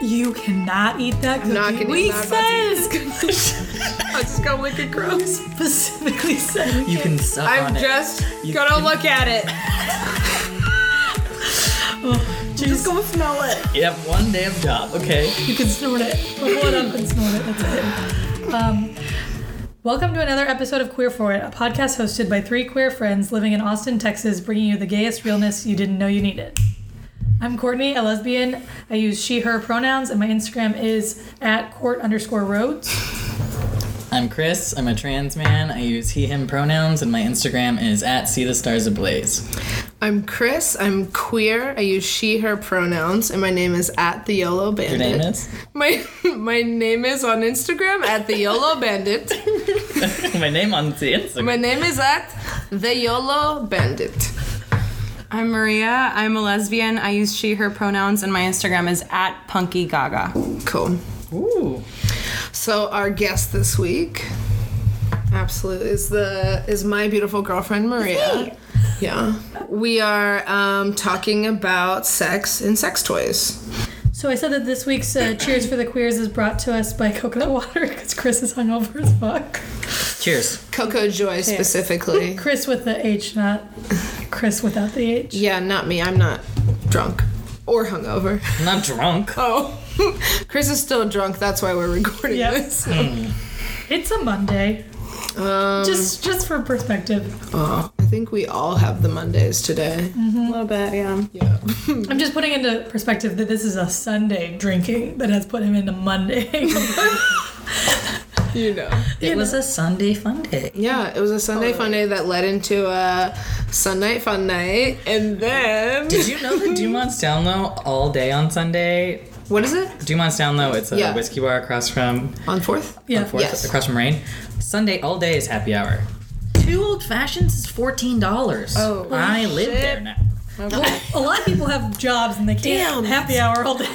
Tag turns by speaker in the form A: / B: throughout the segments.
A: You cannot eat that cookie.
B: not gonna
A: we
B: eat that.
A: said
B: I'll just go look at gross.
A: specifically said
C: You can suck
B: I'm
C: on
B: just
C: You
B: gonna
C: can-
B: look at it.
A: just go smell it.
C: it. You have one damn job, okay?
A: You can snort it. Pull it up and snort it. That's it. Um, welcome to another episode of Queer for It, a podcast hosted by three queer friends living in Austin, Texas, bringing you the gayest realness you didn't know you needed. I'm Courtney, a lesbian. I use she/her pronouns, and my Instagram is at court underscore roads.
C: I'm Chris. I'm a trans man. I use he, him pronouns, and my Instagram is at see the stars ablaze.
B: I'm Chris. I'm queer. I use she, her pronouns, and my name is at the Yolo
C: Your
B: Bandit.
C: name is?
B: My my name is on Instagram at the Yolo Bandit.
C: my name on the Instagram.
B: My name is at the Yolo Bandit.
D: I'm Maria. I'm a lesbian. I use she, her pronouns, and my Instagram is at Punky Gaga.
B: Cool.
C: Ooh.
B: So our guest this week, absolutely, is the is my beautiful girlfriend Maria. Yeah, we are um, talking about sex and sex toys.
A: So I said that this week's uh, Cheers for the Queers is brought to us by coconut water because Chris is hungover as fuck.
C: Cheers.
B: Coco Joy specifically.
A: Chris with the H, not Chris without the H.
B: Yeah, not me. I'm not drunk or hungover.
C: I'm not drunk.
B: Oh, Chris is still drunk. That's why we're recording
A: Yeah.
B: this.
A: It's a Monday.
B: Um,
A: Just just for perspective.
B: oh, I think we all have the Mondays today.
D: A little bit, yeah.
B: Yeah.
A: I'm just putting into perspective that this is a Sunday drinking that has put him into Monday.
B: You know.
C: It was a Sunday fun day.
B: Yeah, it was a Sunday fun day that led into a Sunday fun night, and then
C: Did you know that Dumont's Down Low all day on Sunday?
B: what is it
C: Dumont's Down Low, it's a
B: Yeah.
C: whiskey bar across from
B: on fourth?
A: yeah.
C: fourth,
B: Yes.
C: across from Rain. Sunday all day is happy hour. Two old fashions is fourteen dollars.
D: Oh.
C: I live there now.
A: Well, a lot of people have jobs and they can't
B: Damn.
A: happy hour all day.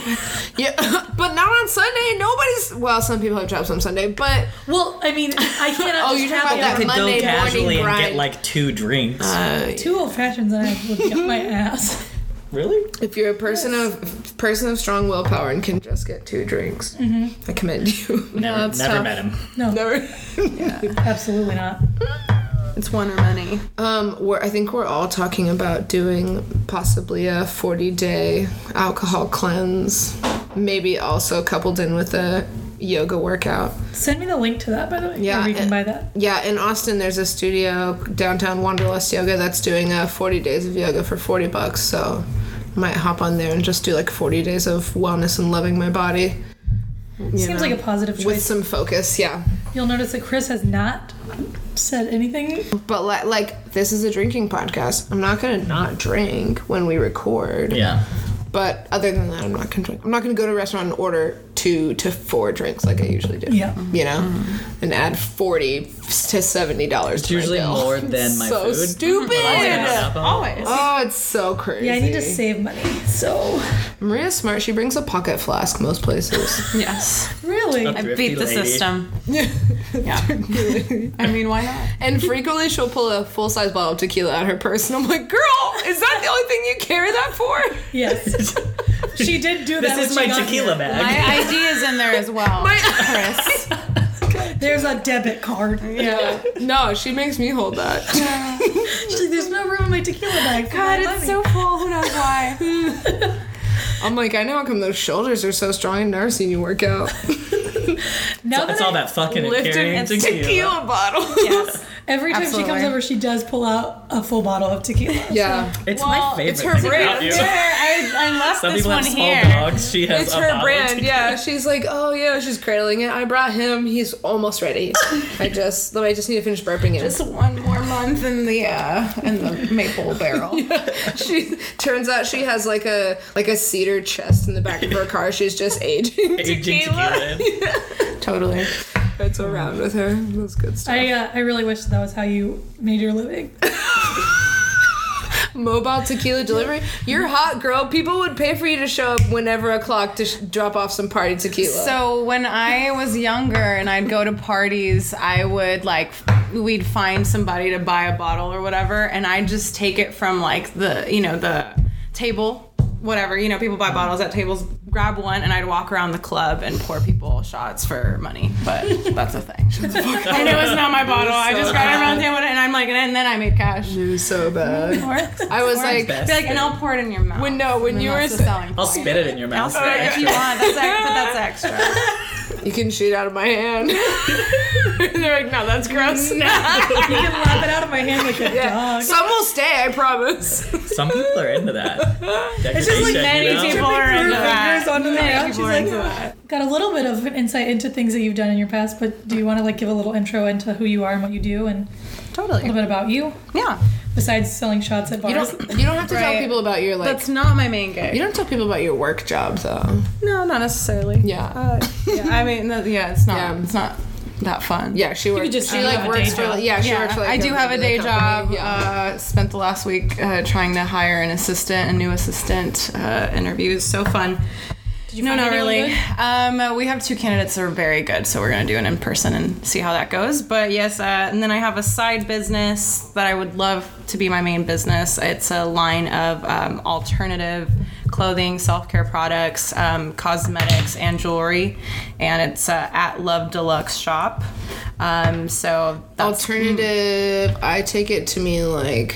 B: Yeah, but not on Sunday. Nobody's well. Some people have jobs on Sunday, but
A: Well, I mean, I cannot
B: Oh,
A: just
B: you're talking
A: happy
B: about that
A: hour.
C: Could
B: Monday morning
C: go casually and get
B: grind.
C: like two drinks.
B: uh,
A: Two old fashions and I would get my ass.
C: really?
B: if you're a person of person of strong willpower and can just get two drinks, I commend you.
D: No,
C: Never,
D: it's
C: never
D: tough.
C: met him.
B: Never.
A: Absolutely not.
D: It's one or many.
B: Um, we're, I think we're all talking about doing possibly a 40 day alcohol cleanse, maybe also coupled in with a yoga workout.
A: Send me the link to that, by the way.
B: Yeah,
A: Where you can
B: it-
A: buy that.
B: Yeah, in Austin, there's a studio downtown Wanderlust Yoga that's doing uh, 40 days of yoga for 40 bucks. So, might hop on there and just do like 40 days of wellness and loving my body. you
A: Seems
B: know,
A: like a positive
B: with
A: choice.
B: some focus. Yeah,
A: You'll notice that Chris has not said anything.
B: but li- like this is a drinking podcast. I'm not gonna not drink when we record.
C: Yeah.
B: But other than that, I'm not gonna drink. I'm not gonna go to a restaurant and order two to four drinks like I usually do.
A: Yeah.
B: You know, and add forty to seventy dollars.
C: It's usually more than my
B: so
C: food.
B: stupid.
C: "Oh, Always.
B: Oh, it's so crazy.
A: Yeah, I need to save money. So
B: Maria's smart. She brings a pocket flask most places.
D: Yes.
A: really,
D: I
C: Thrifty
D: beat the
C: lady.
D: system. yeah. I mean, why not?
B: and frequently she'll pull a full size bottle of tequila out of her purse. And I'm like, girl, is that the only thing you carry that for?
A: yes, she did do that.
C: This is
A: when
C: my
A: she got
C: tequila
A: here.
C: bag.
D: My ID is in there as well. Chris.
A: There's a debit card.
B: Yeah. No, she makes me hold that.
A: She's like, there's no room in my tequila bag. For
D: God,
A: my money."
D: it's so full. Who knows why?
B: I'm like, I know how come those shoulders are so strong and I've seen you work out.
A: now
C: That's
A: that
C: all that fucking and
B: Lifting
C: carrying
B: a tequila,
C: tequila.
B: bottle.
D: Yes.
A: every time she comes
D: Absolutely.
A: over, she does pull out a a full bottle of tequila.
B: Yeah.
C: It's
D: Well,
C: my favorite.
D: It's her
C: thing about
D: brand.
C: you.
D: Here, I, I left
C: Some
D: this
C: people
D: one
C: have small
D: here.
C: dogs. She has
B: It's
C: a
B: her
C: bottle
B: brand,
C: of
B: yeah. She's like, oh yeah, she's cradling it. I brought him. He's almost ready. I just, I just need to finish burping it.
D: Just one more month in the uh, in the maple barrel.
B: she turns out she has like a like a cedar chest in the back of her car. She's just aging.
C: Aging tequila.
D: Totally.
B: That's around with her. That's good stuff.
A: I, uh, I really wish that, that was how you made your living.
B: Mobile tequila delivery. You're hot, girl. People would pay for you to show up whenever o'clock to sh- drop off some party tequila.
D: So when I was younger and I'd go to parties, I would like we'd find somebody to buy a bottle or whatever, and I'd just take it from like the you know the table whatever, you know, people buy bottles at tables, grab one, and I'd walk around the club and pour people shots for money. But that's a thing. and it was not my bottle. I just grabbed it around the table and I'm like, and then I made cash.
B: It was so bad. I was like,
C: Best.
D: Be like, and I'll pour it in your mouth.
B: when no, when you were,
D: That's the selling
C: I'll
D: point.
C: spit it in your mouth.
D: Or
C: Sarah.
D: if you want, that's ex- but that's extra.
B: you can shoot out of my hand. They're like, no, that's gross.
A: You can lap it out of my hand like a dog.
B: Some will stay, I promise.
C: Some people are into that.
A: It's just like
C: Decoration,
A: many
C: you know?
A: people are into that. Onto the ground. She's
D: people are
A: like,
D: into
A: Got a little bit of insight into things that you've done in your past, but do you want to like give a little intro into who you are and what you do and a
D: Totally.
A: little bit about you
D: Yeah.
A: besides selling shots at bars?
B: You don't, you don't have to tell
D: Right.
B: people about your like.
D: That's not my main gig.
B: you don't tell people about your work job though.
D: No, not necessarily.
B: Yeah.
D: Uh, yeah. I mean, no, yeah, it's not.
B: Yeah.
D: It's not that fun.
B: Yeah, she works.
A: could just
B: she
A: say you
B: like
A: have a day
B: works for.
A: job.
B: Yeah, she
D: Yeah,
B: works for. Like,
D: I do have a day
B: regular
D: job.
B: company, Yeah.
D: Uh, spent the last week uh, trying to hire an assistant, a new assistant. Uh, interviews so fun. Did
A: you
D: no,
A: find
D: not
A: anyone
D: really. Um, uh, we have two candidates that are very good, so we're gonna do an in person and see how that goes. But yes, uh, and then I have a side business that I would love to be my main business. It's a line of um, alternative clothing, self care products, um, cosmetics, and jewelry, and it's uh, at Love Deluxe Shop. Um, so
B: Mm.
D: that's
B: Alternative. I take it to mean like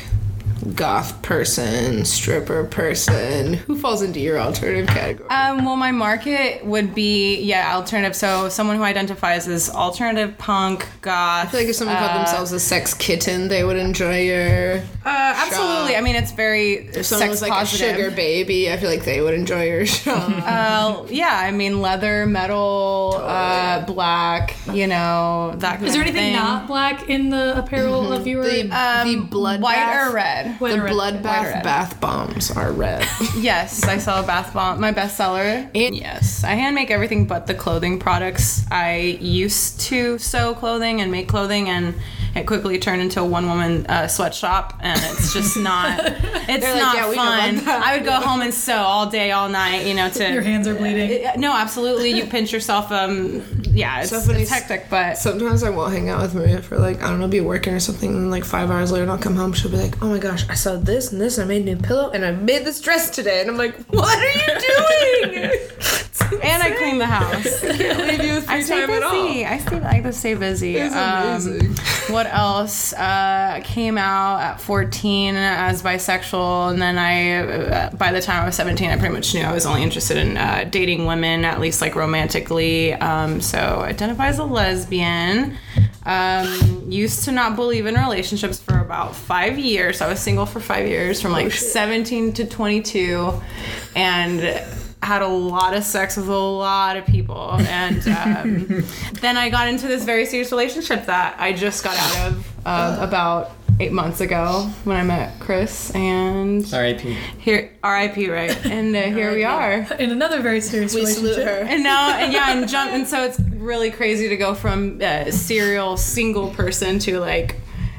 B: goth person, stripper person. Who falls into your alternative category?
D: Um, well, my market would be yeah, alternative. So someone who identifies as alternative punk, goth.
B: I feel like if someone called themselves a sex kitten, they would enjoy your.
D: uh, absolutely. I mean, it's very
B: If someone
D: sex
B: was like
D: positive.
B: a sugar baby, I feel like they would enjoy your show.
D: Uh, yeah, I mean leather, metal, uh, black. You know that. Kind
A: Is there
D: of
A: anything
D: thing. Um,
A: not black in the apparel
D: Mm-hmm.
A: of your
B: the, the blood
D: white
B: bath,
D: or red?
A: White
B: The
A: or red.
B: bloodbath
D: White or red.
B: bath bombs are red.
D: Yes, I sell a bath bomb, my bestseller.
B: And-
D: yes, I hand make everything but the clothing products. I used to sew clothing and make clothing, and it quickly turned into a one woman uh, sweatshop, and it's just not. It's
B: like,
D: not
B: "Yeah, we know
D: fun.
B: about that."
D: I would go home and sew all day, all night. You know, to
A: your hands are bleeding?
D: Uh, No, absolutely. You pinch yourself. Um, yeah, it's,
B: Somebody's-
D: it's hectic, but
B: Sometimes I won't hang out with Maria for like I don't know, be working or something, and like five hours later, and I'll come home. She'll be like, "Oh my gosh, I saw this and this. and I made a new pillow, and I made this dress today." And I'm like, "What are you doing?"
D: and I clean the house.
B: Leave you with
D: I
B: free
D: stay
B: time at all.
D: busy. I stay. I like to stay busy.
B: It's
D: Um,
B: amazing.
D: what else uh, came out at 14 as bisexual and then i uh, by the time i was 17 i pretty much knew i was only interested in uh, dating women at least like romantically um, so identify as a lesbian um, used to not believe in relationships for about five years i was single for five years from like 17 to 22 and had a lot of sex with a lot of people and um, then i got into this very serious relationship that i just got out of uh, about eight months ago when i met chris and
C: R.I.P.
D: here rip right and uh, here we are
A: In another very serious
B: We
A: relationship.
B: salute her.
D: and now and yeah and jump and so it's really crazy to go from uh, serial single person to like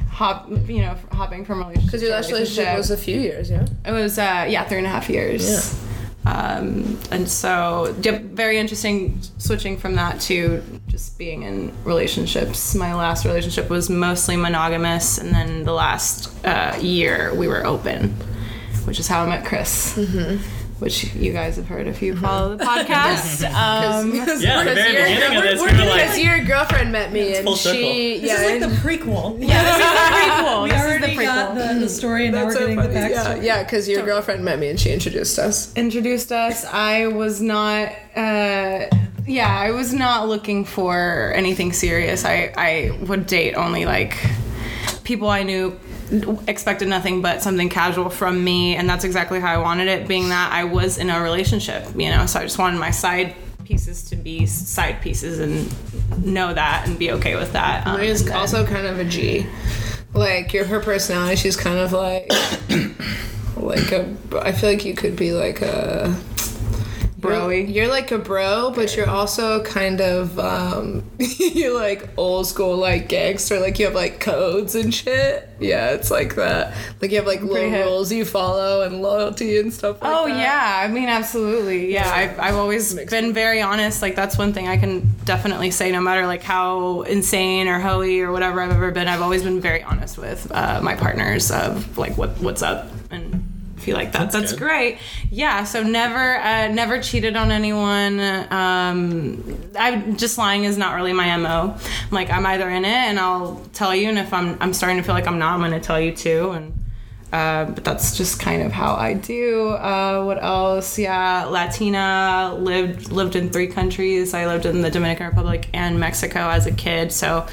D: hop you know hopping from relationship
B: Because your
D: to
B: last relationship was a few years, yeah.
D: it was uh, yeah three and a half years um, and so yep, very interesting switching from that to just being in relationships my last relationship was mostly monogamous and then the last uh, year we were open which is how i met chris which you guys have heard if you follow the podcast um,
C: Yeah, at the very
B: you're-
C: beginning of this,
B: we're-
C: we were
B: because
C: like-
B: your girlfriend met me and
C: full
B: she,
A: This
B: yeah,
A: is like
B: and-
A: the prequel.
D: yeah, this is the prequel.
A: We
D: This is
A: already
D: the prequel. Mm-hmm.
A: got the, the story, and now we're
B: that's so
A: getting the
B: funny. Yeah,
A: backstory.
B: yeah, because your girlfriend met me and she introduced us.
D: introduced us, I was not. Uh, yeah, I was not looking for anything serious. I I would date only like people I knew expected nothing but something casual from me, and that's exactly how I wanted it. Being that I was in a relationship, you know, so I just wanted my side pieces to be side pieces and know that and be okay with that. Um,
B: Maria's
D: and then-
B: also kind of a G. Like your her personality, she's kind of like like a. I feel like you could be like a
D: Bro-y.
B: You're, you're like a bro, but you're also kind of um, you like old school like gangster. Like you have like codes and shit. Yeah, it's like that. Like you have like little
D: hip.
B: rules you follow and loyalty and stuff. Like
D: Oh
B: that.
D: yeah, I mean absolutely. Yeah, I've, I've always been very honest. Like that's one thing I can definitely say. No matter like how insane or hoey or whatever I've ever been, I've always been very honest with uh, my partners of like what what's up and if you like that. That's,
C: good.
D: great. Yeah. So never, uh, never cheated on anyone. Um, I just lying is not really my mo. Like I'm either in it and I'll tell you, and if I'm, I'm starting to feel like I'm not, I'm going to tell you too. And uh, but that's just kind of how I do. Uh, what else? Yeah, Latina. lived lived in three countries. I lived in the Dominican Republic and Mexico as a kid. So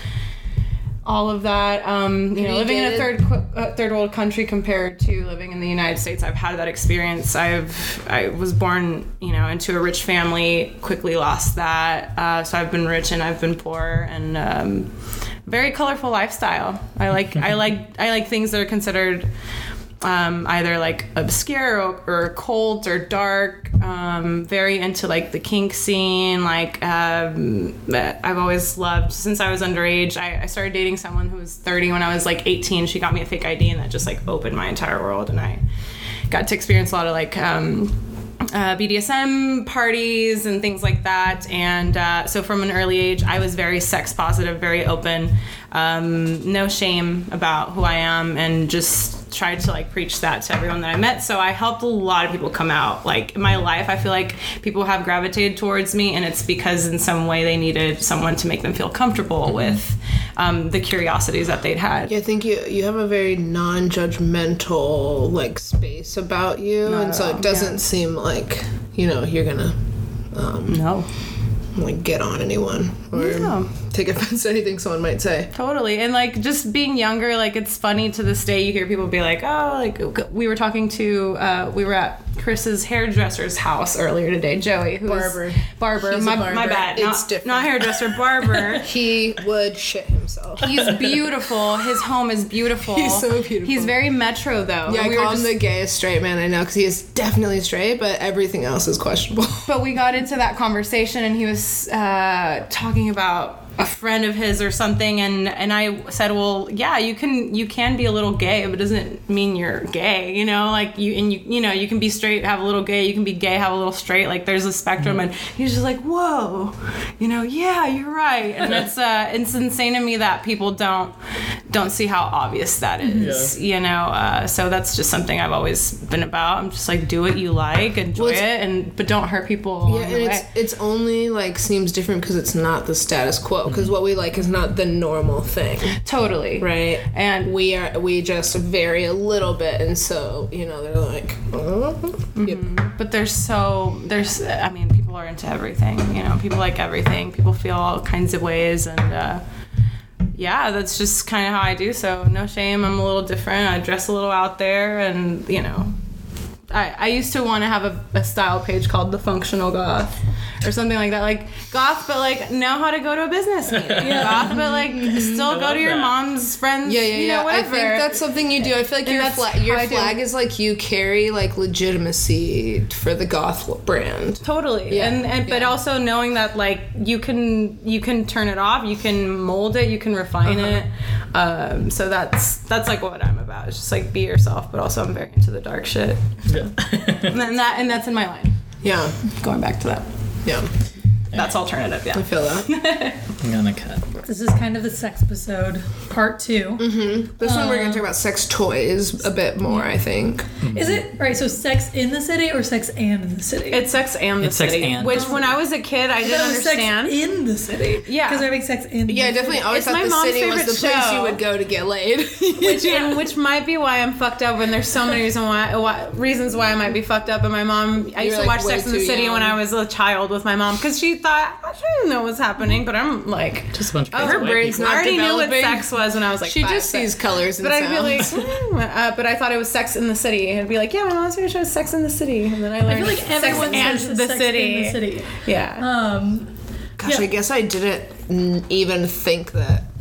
D: all of that. Um, you know, living in a
B: dated?
D: third qu- uh, third world country compared to living in the United States, I've had that experience. I've I was born, you know, into a rich family. Quickly lost that. Uh, so I've been rich and I've been poor and. Um, very colorful lifestyle. I like I like I like things that are considered um, either like obscure or, or cult or dark. Um, very into like the kink scene. Like um, I've always loved since I was underage. I, I started dating someone who was 30 when I was like 18. She got me a fake ID, and that just like opened my entire world. And I got to experience a lot of like. Um, uh, BDSM parties and things like that. And uh, so from an early age, I was very sex positive, very open, um, no shame about who I am, and just tried to like preach that to everyone that I met. So I helped a lot of people come out. Like in my life, I feel like people have gravitated towards me, and it's because in some way they needed someone to make them feel comfortable with um, the curiosities that they'd had.
B: Yeah, I think you you have a very non-judgmental like space about you, and
D: at
B: so
D: all,
B: it doesn't seem like you know you're gonna
D: No.
B: like get on anyone or
D: No.
B: take offense to anything someone might say.
D: Totally. And like just being younger, like it's funny to this day you hear people be like, oh, like we were talking to, uh, we were at Chris's hairdresser's house earlier today, Joey, who's
B: Barber.
D: Barber.
B: He's a
D: My,
B: barber.
D: my bad.
B: It's
D: not,
B: different.
D: not hairdresser, barber.
B: He would shit himself.
D: He's beautiful. His home is beautiful.
B: He's so beautiful.
D: He's very metro though.
B: Yeah,
D: And
B: I
D: we were
B: call
D: just-
B: him the gayest straight man I know because he is definitely straight, but everything else is questionable.
D: but we got into that conversation and he was uh, talking about a friend of his or something and and I said well yeah you can you can be a little gay but it doesn't mean you're gay you know like you and you you know you can be straight have a little gay you can be gay have a little straight like there's a spectrum and he's just like whoa you know yeah you're right and it's uh it's insane to me that people don't don't see how obvious that is you know uh, so that's just something I've always been about I'm just like do what you like enjoy
B: Well, it's-
D: it and but don't hurt people along
B: Yeah, and
D: the
B: it's
D: way.
B: it's only like seems different because it's not the status quo. Because what we like is not the normal thing,
D: Totally.
B: right?
D: And
B: We are we just vary a little bit, and so you know they're like, "Uh-huh."
D: Mm-hmm.
B: Yep.
D: but there's so there's I mean people are into everything. You know, people like everything. People feel all kinds of ways and. Uh, yeah, that's just kind of how I do. So no shame. I'm a little different. I dress a little out there, and you know, I, I used to want to have a, a style page called the Functional Goth or something like that. Like goth, but like know how to go to a business meeting. Goth, but like still go
C: love
D: to your
C: that.
D: mom's friends.
B: Yeah, yeah,
D: you know,
B: yeah. I
D: Whatever.
B: think that's something you do. I feel like your
D: that's
B: flag, your
D: how I do it.
B: flag is like you carry like legitimacy for the goth brand.
D: totally
B: Yeah,
D: and, and but
B: yeah.
D: also knowing that like you can you can turn it off you can mold it you can refine
B: Uh-huh.
D: it um, so that's that's like what i'm about it's just like be yourself but also i'm very into the dark shit
C: Yeah.
D: and then that and that's in my line
B: Yeah,
D: going back to that
B: yeah.
D: that's alternative yeah
B: I feel that.
C: I'm gonna cut.
A: This is kind of the sex episode, part 2
D: Mm-hmm.
B: This one we're gonna talk about sex toys a bit more. I think.
A: Is it all right? So sex in the city or sex and in the city?
D: it's sex and the
C: It's sex
D: city
C: and.
D: which when i was a kid i
A: I thought
D: didn't
A: it was sex
D: understand
A: in the city.
D: Yeah.
A: because we're having sex in.
B: Yeah, I
A: the
B: definitely always
D: It's
B: thought
D: my
B: the
D: mom's
B: city was the
D: favorite
B: place
D: show.
B: you would go to get laid.
D: which, and which might be why I'm fucked up. And there's so many reason why, why reasons why I might be fucked up. And my mom, I
B: You
D: used
B: were,
D: to
B: like,
D: watch
B: way
D: Sex in the
B: too
D: City when
B: young.
D: I was a child with my mom because she thought I didn't know what's happening. But I'm like,
C: Just a bunch of
D: oh,
C: crazy
D: her
C: white
D: brain's
C: people.
D: not. I already knew
B: developing.
D: what sex was when I was like.
B: she
D: five,
B: just
D: but-
B: sees colors and
D: But I'd
B: sounds.
D: be like, hmm, uh, but I thought it was Sex in the City. I'd be like, yeah, my mom's favorite show is Sex in the City, and then I
A: I
D: learned
A: feel like
D: Sex
A: everyone
D: and
A: says
D: the
A: sex
D: City.
A: in the city.
B: Uh,
D: Yeah,
A: Um,
B: Gosh,
A: Yeah.
B: I guess I didn't n- even think that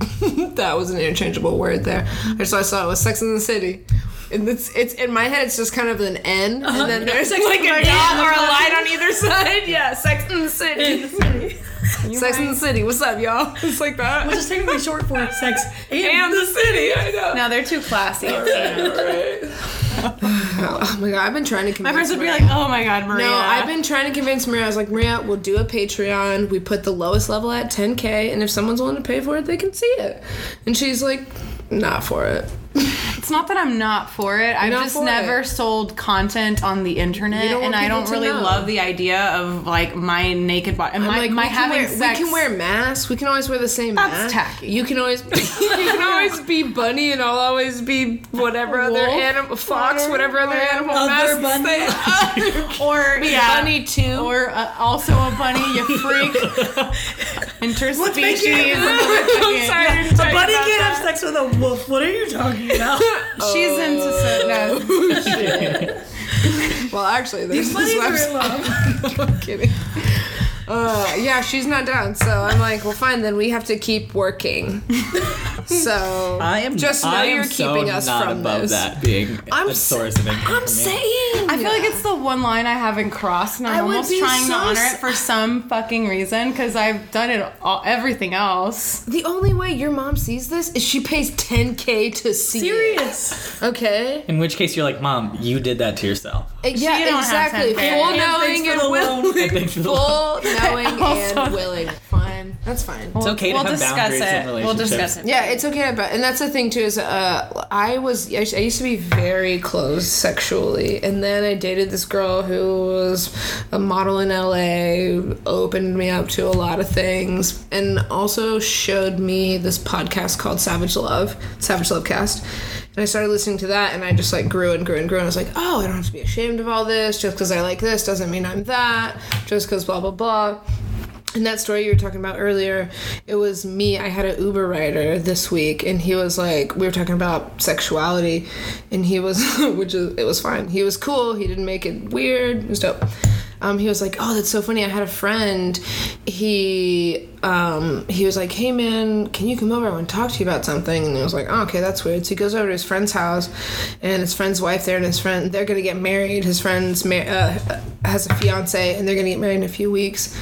B: that was an interchangeable word there. I just I saw it was Sex in the City. And it's, it's in my head. It's just kind of an N,
D: Uh-huh.
B: and then there's like a dot or a line on either side.
D: yeah, Sex in the City.
B: Sex in the City. What's up, y'all? It's like that.
A: which is technically short for sex and,
D: And the
B: City. I know.
D: Now they're too classy.
B: Oh my god, I've been trying to convince
D: My friends would be
B: Maria.
D: like, oh my god, Maria.
B: No, I've been trying to convince Maria. I was like, Maria, we'll do a Patreon. We put the lowest level at 10k, and if someone's willing to pay for it, they can see it. And she's like, not for it.
D: it's not that I'm not for it. I've
B: not
D: just
B: for
D: never
B: it.
D: sold content on the internet,
B: You don't want
D: and I
B: people
D: don't
B: to
D: really
B: know.
D: love the idea of like my naked body. And
B: I'm
D: my,
B: like,
D: my
B: we can
D: having
B: wear,
D: sex.
B: We can wear masks. We can always wear the same
D: That's
B: mask.
D: tacky.
B: You can always, you can always be bunny, and I'll always be whatever other
D: Wolf?
B: animal, fox, whatever other animal
A: Other
B: masks
A: bunny.
B: they
D: or yeah,
B: bunny too.
D: or uh, also a bunny. You freak. Interspecies.
B: I'm sorry. I didn't
A: A
B: tell you
A: bunny
B: about
A: can't
B: that. Oh.
A: have sex with a wolf. What are you talking about?
D: She's into so, no.
B: Well, actually, there's this
A: Bunnies are
B: website.
A: in love.
B: I'm kidding. Uh, yeah, she's not down. So I'm like, well, fine. Then we have to keep working. So
C: I am
B: just know
C: I am
B: you're
C: so
B: keeping us
C: not
B: from
C: above
B: this.
C: that being
B: I'm
C: a
B: s-
C: source of income.
B: I'm
C: for me.
B: saying.
D: I feel like it's the one line I haven't crossed, and I'm
B: I would
D: almost
B: be
D: trying
B: so
D: to honor
B: s-
D: it for some fucking reason because I've done it all, everything else.
B: The only way your mom sees this is she pays 10k to see it.
A: Serious.
B: Okay.
C: In which case, you're like, Mom, you did that to yourself.
B: Uh, Yeah,
D: don't have
B: exactly.
D: 10K.
B: Full
D: And
A: thanks
B: knowing
A: for
B: and
A: the loan.
B: willing.
C: Thanks for the
B: Full knowing and
D: Also-
B: willing. Fine. That's fine.
C: It's okay to have boundaries in relationships.
D: it.
B: Yeah, it's okay, but and that's the thing too is uh, I was I used to be very closed sexually, and then I dated this girl who was a model in LA, who opened me up to a lot of things, and also showed me this podcast called Savage Love, Savage Love Cast, and I started listening to that, and I just like grew and grew and grew, and I was like, oh, I don't have to be ashamed of all this. Just because I like this doesn't mean I'm that. Just because blah blah blah. And that story you were talking about earlier, it was me. I had an Uber rider this week, and he was like, we were talking about sexuality, and he was, which is, it was fine. He was cool. He didn't make it weird. It was dope. Um, he was like, oh, that's so funny. I had a friend. He um, he was like, hey man, can you come over? I want to talk to you about something. And I was like, oh, okay, that's weird. So he goes over to his friend's house, and his friend's wife there, and his friend they're gonna get married. His friend's mar- uh, has a fiance, and they're gonna get married in a few weeks.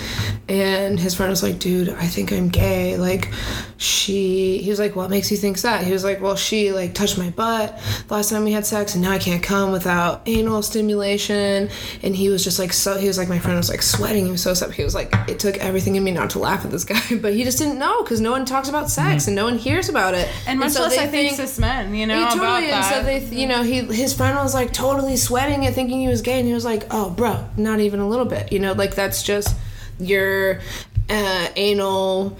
B: And his friend was like, dude, I think I'm gay. Like, she. He was like, what makes you think that? He was like, well, she like touched my butt the last time we had sex, and now I can't come without anal stimulation. And he was just like, so he was like, my friend was like sweating. He was so upset. He was like, it took everything in me not to laugh at this guy, but he just didn't know because no one talks about sex and no one hears about it.
D: Mm-hmm. And much
B: so
D: less
B: they
D: I think cis men, you know,
B: he totally,
D: about
B: and
D: that.
B: so they, th- you know, he his friend was like totally sweating and thinking he was gay, and he was like, "Oh, bro, not even a little bit." You know, like that's just your uh, anal.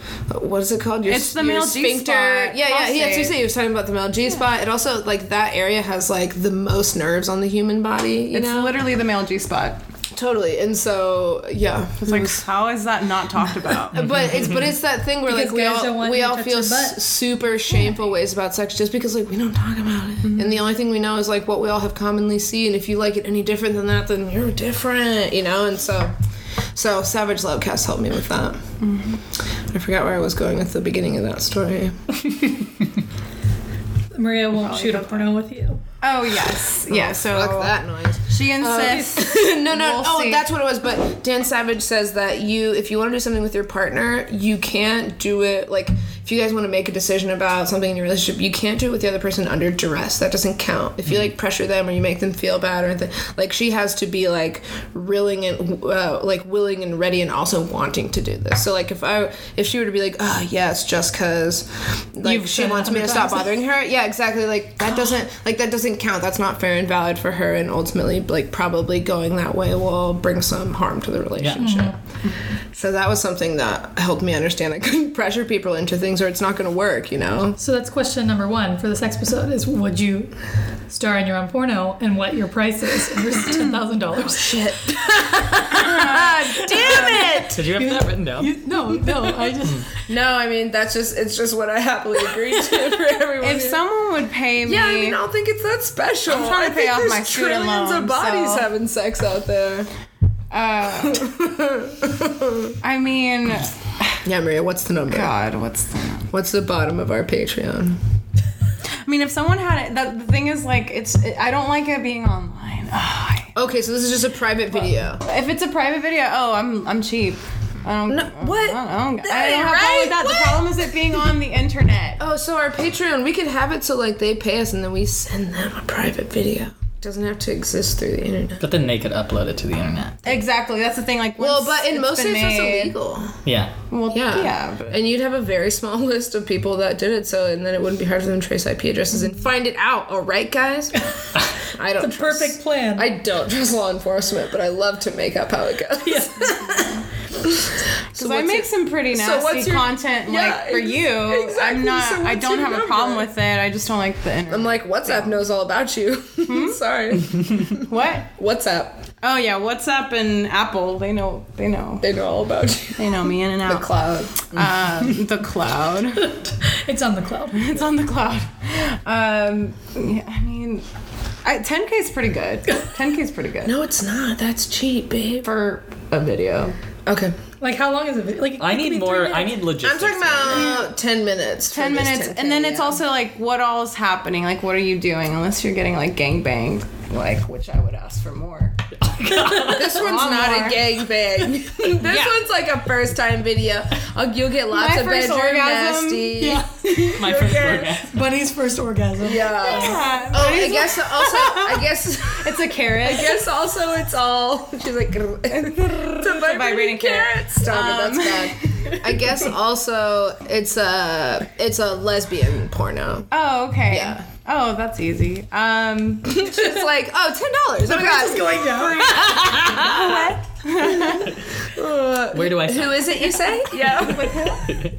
B: What is it called? Your,
D: It's the
B: your
D: male G-spot,
B: Yeah, yeah, yeah. That's what
D: prostate.
B: I'm saying. He was talking about the male G spot. It also like that area has like the most nerves on the human body. You
D: it's
B: know,
D: literally the male G spot.
B: totally. And so yeah,
D: It's like, how is that not talked about?
B: but it's but it's that thing where
A: Because
B: like we
A: guys don't
B: all
A: want
B: we
A: you to
B: all
A: touch
B: feel
A: their butt.
B: s- super shameful ways about sex just because like we don't talk about it,
A: Mm-hmm.
B: and the only thing we know is like what we all have commonly see, and if you like it any different than that, then you're different, you know. And so, so Savage Lovecast helped me with that.
A: Mm-hmm.
B: I forgot where I was going at the beginning of that story.
A: Maria won't shoot a porno with you.
D: oh yes, yeah. So
B: Fuck that noise.
D: she insists.
B: no, no.
D: We'll
B: oh,
D: see.
B: that's what it was. But Dan Savage says that you, if you want to do something with your partner, you can't do it. Like, if you guys want to make a decision about something in your relationship, you can't do it with the other person under duress. That doesn't count. If you
D: Mm-hmm.
B: like pressure them or you make them feel bad or anything, like she has to be like willing and uh, like willing and ready and also wanting to do this. So like if I if she were to be like, oh yes, just because like
D: You've
B: she
D: said it
B: wants me to stop bothering her, yeah, exactly. Like that doesn't like that doesn't count. That's not fair and valid for her, and ultimately like probably going that way will bring some harm to the relationship. So that was something that helped me understand I couldn't pressure people into things or it's not going to work, you know?
A: So that's question number one for this episode: is would you star in your own porno and what your price is versus ten thousand dollars?
B: Shit. Oh,
D: uh,
B: Damn it!
C: Did you have that written down?
A: No, no, I just
B: No, I mean that's just it's just what I happily agreed to for everyone.
D: if someone would pay me,
B: yeah, I mean I don't think it's that special.
D: I'm trying to
B: I
D: pay
B: think
D: off
B: there's
D: my student
B: trillions
D: loan,
B: of bodies
D: so-
B: having sex out there.
D: uh, I mean,
B: Yeah, Maria, what's the number?
D: God, what's the?
B: What's the bottom of our Patreon?
D: I mean, if someone had it, that, the thing is like, it's. I don't like it being online. Ugh, I-
B: Okay, so this is just a private video.
D: if it's a private video, oh, I'm I'm cheap. I don't.
B: No, what?
D: I don't, I don't
B: That ain't
D: have a problem
B: right.
D: with that.
B: What?
D: The problem is it being on the internet.
B: Oh, so our Patreon, we could have it so like they pay us and then we send them a private video. Doesn't have to exist through the internet.
C: But then they could upload it to the internet.
D: Exactly. That's the thing. Like,
B: Well,
D: once
B: but in
D: it's
B: most
D: been
B: states that's
D: made-
B: illegal.
C: Yeah.
D: Well,
B: Yeah.
D: yeah. yeah but-
B: And you'd have a very small list of people that did it, so and then it wouldn't be hard for them to trace IP addresses and find it out. All right, guys. I don't.
A: The
B: trust-
A: perfect plan.
B: I don't trust law enforcement, but I love to make up how it goes. so
D: Because I
B: what's
D: make
B: it-
D: some pretty
B: so
D: nasty
B: what's your-
D: content,
B: Yeah,
D: like for
B: ex-
D: you.
B: exactly.
D: I'm not.
B: So
D: I
B: what's
D: don't
B: your
D: have a problem
B: number? Um,
D: with it. I just don't like the internet.
B: I'm like WhatsApp knows all about you.
D: Hmm?
B: Sorry,
D: what?
B: WhatsApp.
D: Oh yeah, WhatsApp and Apple. They know. They know.
B: They know all about you.
D: They know me in and
B: The
D: out.
B: cloud.
D: Uh, the cloud.
A: It's on the cloud.
D: it's on the cloud. Um, yeah, I mean, I, 10k is pretty good. 10k is pretty good
B: No, it's not. That's cheap, babe.
D: for a video.
B: Okay.
A: Like how long is it? Like
C: I
A: it could be
C: need
A: three
C: more.
A: minutes.
C: I need
B: I'm
C: logistics.
B: talking about ten minutes. for
D: 10
B: this
D: minutes
B: 10K,
D: and then it's
B: yeah.
D: also like what all is happening like what are you doing unless you're getting like gangbanged like which i would ask for more
B: This one's
D: lot
B: not
D: more.
B: a gangbang. this one's like a first time video. Uh, You'll get lots
D: My
B: of
D: first
B: bedroom
D: orgasm.
B: nasty.
C: My first orgasm.
A: Bunny's first orgasm.
B: Yeah. Oh, I guess also. I guess.
D: it's a carrot
B: I guess also it's all. She's like. "Grr." it's a
D: vibrating carrot.
B: Stop it.
D: Um,
B: That's bad. I guess also it's a it's a lesbian porno.
D: oh okay
B: Yeah.
D: oh that's easy um
B: It's like oh ten dollars. Oh my god.
A: Going down.
C: Where do I?
B: Who
C: Sign?
B: is it you say? Yeah.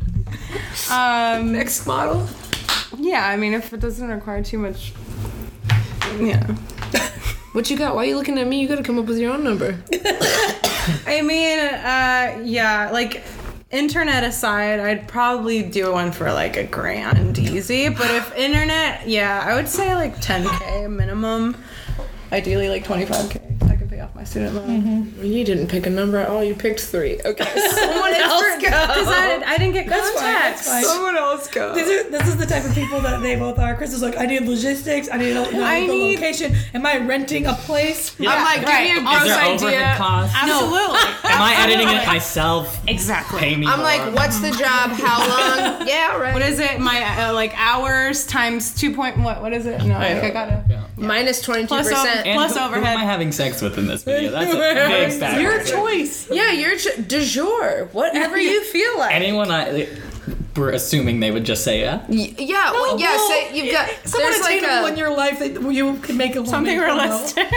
D: um
B: Next model.
D: yeah i mean if it doesn't require too much yeah
B: What you got? Why are you looking at me? You gotta come up with your own number.
D: I mean, uh, yeah, like internet aside, I'd probably do one for like a grand easy. But if internet, yeah, I would say like 10k minimum. Ideally, like 25k. so I can pay off my student loan.
B: Mm-hmm. You didn't pick a number at all. You picked three. Okay.
D: Someone else go. Because I, I didn't get
A: That's fine,
D: contacts.
A: that's fine.
D: Someone else go.
A: These are, this is the type of people that they both are. Chris is like, I need logistics. I need a, the
D: I need-
A: location. Am I renting a place?
C: Yeah.
B: I'm like, give
D: right.
B: me a
D: Is
B: gross
C: is there
B: idea.
C: overhead costs?
D: Absolutely.
C: Am I editing it myself?
D: exactly.
C: Pay me.
B: I'm
C: more.
B: like, what's the job? How long? yeah, right.
D: What is it? My uh, like hours times two point what? What is it? No, like I gotta.
B: Minus 22%.
D: Plus, um,
C: And
D: plus
C: who, Who
D: overhead.
C: am I having sex with in this video? That's a big factor.
A: Your choice.
B: yeah, you're ch- du jour. Whatever you feel like.
C: Anyone I. We're assuming they would just say yeah.
B: Y- yeah, well, yeah,
A: well,
B: say you've got.
A: Someone
B: There's like
A: attainable
B: a.
A: in your life that you can make a
D: Something
A: woman
D: realistic.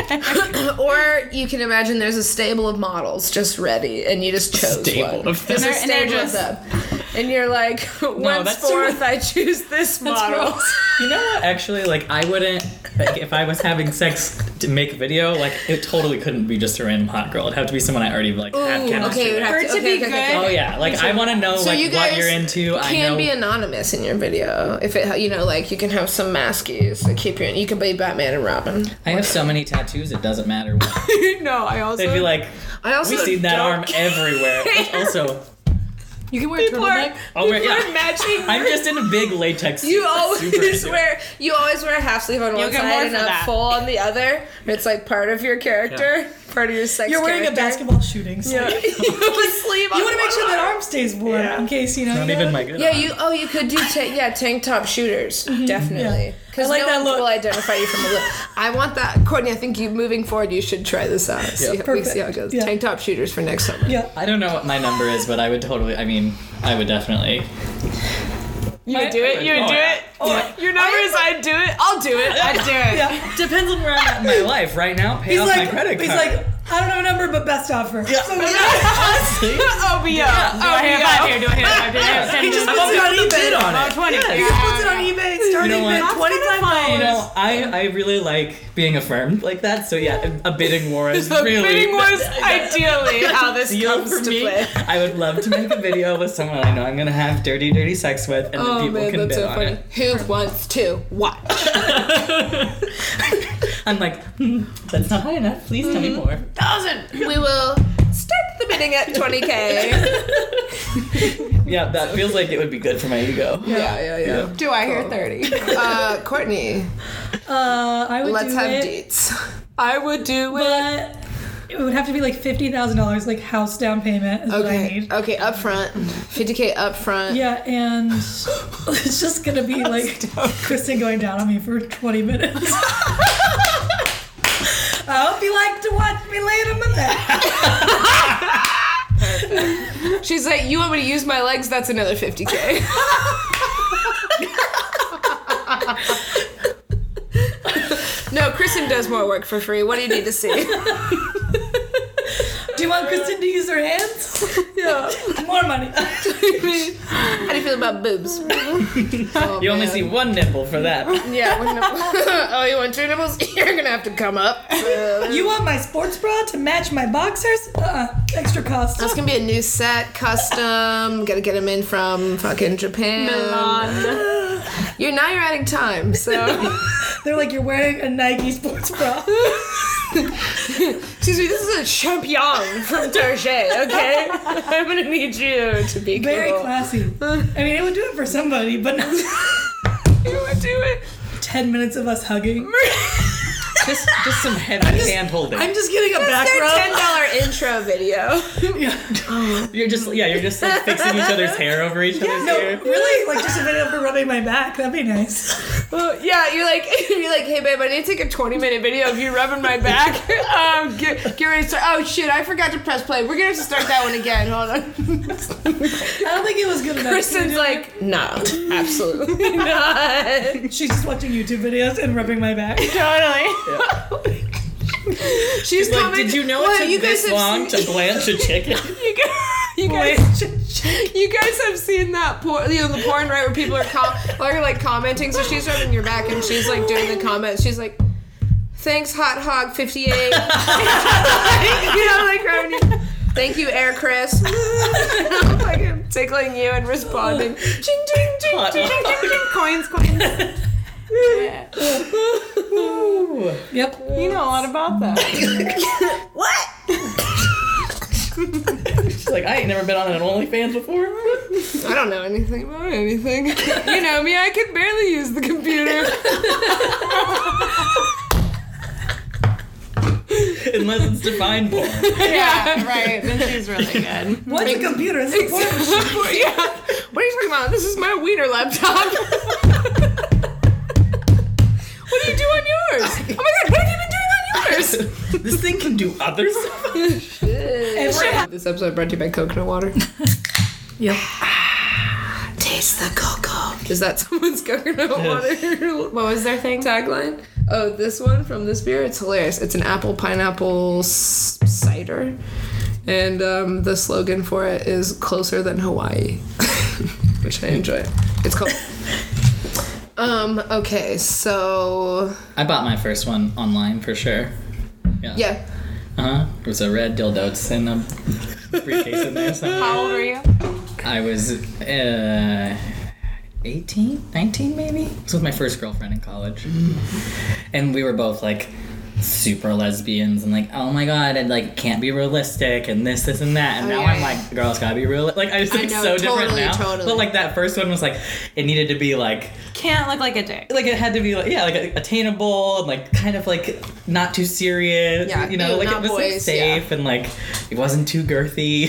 B: or you can imagine there's a stable of models just ready and you just chose
C: Stable
B: one.
C: of
B: There's
D: them.
B: a
D: And they're-
B: stable
D: and they're
B: of them. And you're like,
C: that's
B: henceforth I choose this model.
C: You know what? Actually, like I wouldn't. Like if I was having sex to make a video, like it totally couldn't be just a random hot girl. It'd have to be someone I already like have
B: Ooh,
C: chemistry.
B: okay, it would
C: with.
B: have
D: For
B: to,
D: it to
B: okay,
D: be
B: okay, okay.
D: good,
C: Oh yeah, like I want to know
B: So
C: Oh, like
B: you guys
C: what you're into. I
B: can
C: know.
B: be anonymous in your video if it, you know, like you can have some maskies that keep you. in. You can be Batman and Robin.
C: I have so many tattoos. It doesn't matter. What.
D: no, I also.
C: They'd be like,
B: I also
C: we see that
B: don't
C: arm everywhere. It's also,
A: You can wear a
B: People are-
A: turtleneck.
C: oh wait,
B: You're
C: yeah.
B: matching.
C: I'm just in a big latex suit.
B: you
C: It's super
B: always
C: cute.
B: wear you always wear a half sleeve on one
D: get more
B: side and
D: for
B: a
D: that.
B: full on the other. It's like part of your character, part of your sex.
A: You're wearing a
B: character.
A: basketball shooting sleeve.
B: you have a sleeve.
A: You want to make sure that arm stays warm in case you know.
C: Not
A: you
C: even
A: know?
C: my good.
B: Yeah,
C: arm.
B: you. Oh, you could do. Ta- yeah, tank top shooters, definitely. Because
A: Mm-hmm. I like
B: no
A: that
B: one
A: look.
B: will identify you from a look. I want that, Courtney. I think you moving forward, you should try this out. See, how- we
A: Perfect.
B: see how it goes.
A: Yeah.
B: Tank top shooters for next summer.
A: Yeah.
C: I don't know what my number is, but I would totally. I mean, I would definitely.
D: You would do it. You would do it. Your number is I'd do it. I'll do it. I'd do it.
A: Yeah.
C: Depends on where I'm at in my life right now. Pay
A: He's
C: off
A: like,
C: my credit card.
A: he's like, I don't have a number, but best offer. Yeah. So
C: "Oh,
D: OBO. Do I have five Oh, here? Do I have five here?
A: he just
C: I'm
A: puts it on
C: about to bid
A: eBay.
C: on it.
D: Oh, 20.
C: Yeah.
A: He just puts it on eBay, starting
C: know
A: at
C: what?
A: twenty five dollars.
C: You know, I, I really like being affirmed like that. So yeah, a bidding war is really
D: bidding was ideally how this
C: deal
D: comes
C: for
D: to
C: me.
D: play.
C: I would love to make a video with someone I know I'm gonna have dirty, dirty sex with, and then
B: Oh,
C: people can bid on it.
B: Who wants to watch?
C: I'm like, hmm, that's not high enough. Please tell me more.
B: we will start the bidding at 20k. yeah,
C: Yeah, that feels like it would be good for my ego.
B: yeah, yeah.
D: Do I hear 30?
B: Uh, Courtney,
A: Uh, I would
B: let's
A: do
B: have
A: it,
B: dates. I would do it.
A: but it would have to be like fifty thousand dollars, like house down payment is what I
B: Okay,
A: need.
B: okay, up front, 50k up front.
A: Yeah, and it's just gonna be like Kristen going down on me for twenty minutes. that.
B: She's like, you want me to use my legs? That's another 50K. no, Kristen does more work for free. What do you need to see?
A: Do you want Kristen to use her hands?
B: Yeah.
A: More money.
B: How do you feel about boobs? Oh,
C: You only
B: man.
C: see one nipple for that.
B: Yeah. one nipple. oh, you want two nipples? You're gonna have to come up. Uh,
A: You want my sports bra to match my boxers? Uh-uh. Extra cost.
B: That's gonna be a new set, custom. Gotta get them in from fucking Japan. You're now you're adding time, so.
A: They're like, you're wearing a Nike sports bra.
B: Excuse me, this is a champion from Target, okay? I'm gonna need you to be
A: Very
B: cool.
A: classy. I mean, it would do it for somebody, but not
B: You would do it.
A: 10 minutes of us hugging.
C: Just just some heavy hand holding.
A: I'm just getting a back
B: Their ten
A: rub.
B: dollar intro video.
A: Yeah.
B: Oh.
C: You're just yeah, you're just like fixing each other's hair over each other's
A: No,
C: hair.
A: really, like just a minute for rubbing my back. That'd be nice.
B: Well, yeah, you're like you're like, hey babe, I need to take a 20 minute video of you rubbing my back. um, get, get ready to start. Oh shit, I forgot to press play. We're gonna have to start that one again. Hold on.
A: I don't think it was good enough.
B: Kristen's like, no, absolutely not.
A: she's just watching YouTube videos and rubbing my back.
B: Totally. She's
C: Like,
B: coming.
C: did you know
B: Well,
C: it took
B: you guys
C: this
B: have
C: long
B: seen-
C: to blanch a chicken?
B: You guys, you guys, you guys have seen that porn, you know, the porn, right, where people are, com- are like commenting. So she's rubbing your back, and she's like doing the comments. She's like, "Thanks, hot hog 58." you know, like rubbing your- Thank you, Air Chris. I'm fucking tickling you and responding. Ching, ching, ching,
C: Hot
B: ching, ching,
C: dog.
B: ching, ching. Coins, coins.
C: Ooh.
A: Yep.
D: You know a lot about that.
C: She's like, I ain't never been on an OnlyFans before.
B: I don't know anything about anything. You know me, I can barely use the computer.
C: Unless it's defined porn.
D: yeah, right. Then she's really good.
A: What's a computer? It's a porn machine.
B: yeah. What are you talking about? This is my wiener laptop. what do you do on yours? Oh my god, what have you been doing on yours?
C: This thing can do others.
A: Every-
B: This episode brought to you by coconut water.
A: Yep.
B: Taste the cocoa. Is that someone's coconut water? what was their thing? Tagline? Oh, this one from this beer? It's hilarious. It's an apple pineapple s- cider. And um, the slogan for it is closer than Hawaii, which I enjoy. It's called. Um, okay, so.
C: I bought my first one online for sure.
B: Yeah.
C: Uh huh. It was a red dildo. It's in a briefcase in there somewhere.
D: How old are you?
C: I was uh, 18, 19 maybe. It was with my first girlfriend in college. And we were both like super lesbians and like, oh my god, and like can't be realistic and this, this, and that. And
B: Oh,
C: now
B: yeah,
C: I'm
B: yeah.
C: like, girls gotta be real. Like I just
B: I
C: think
B: know,
C: so different
B: totally,
C: now.
B: totally.
C: But like that first one was like, it needed to be like,
D: Can't look like a dick.
C: like it had to be like, yeah, like attainable and like kind of like not too serious.
B: Yeah,
C: you know,
B: ew,
C: like it
B: not
C: was like
B: boys,
C: safe and like it wasn't too girthy.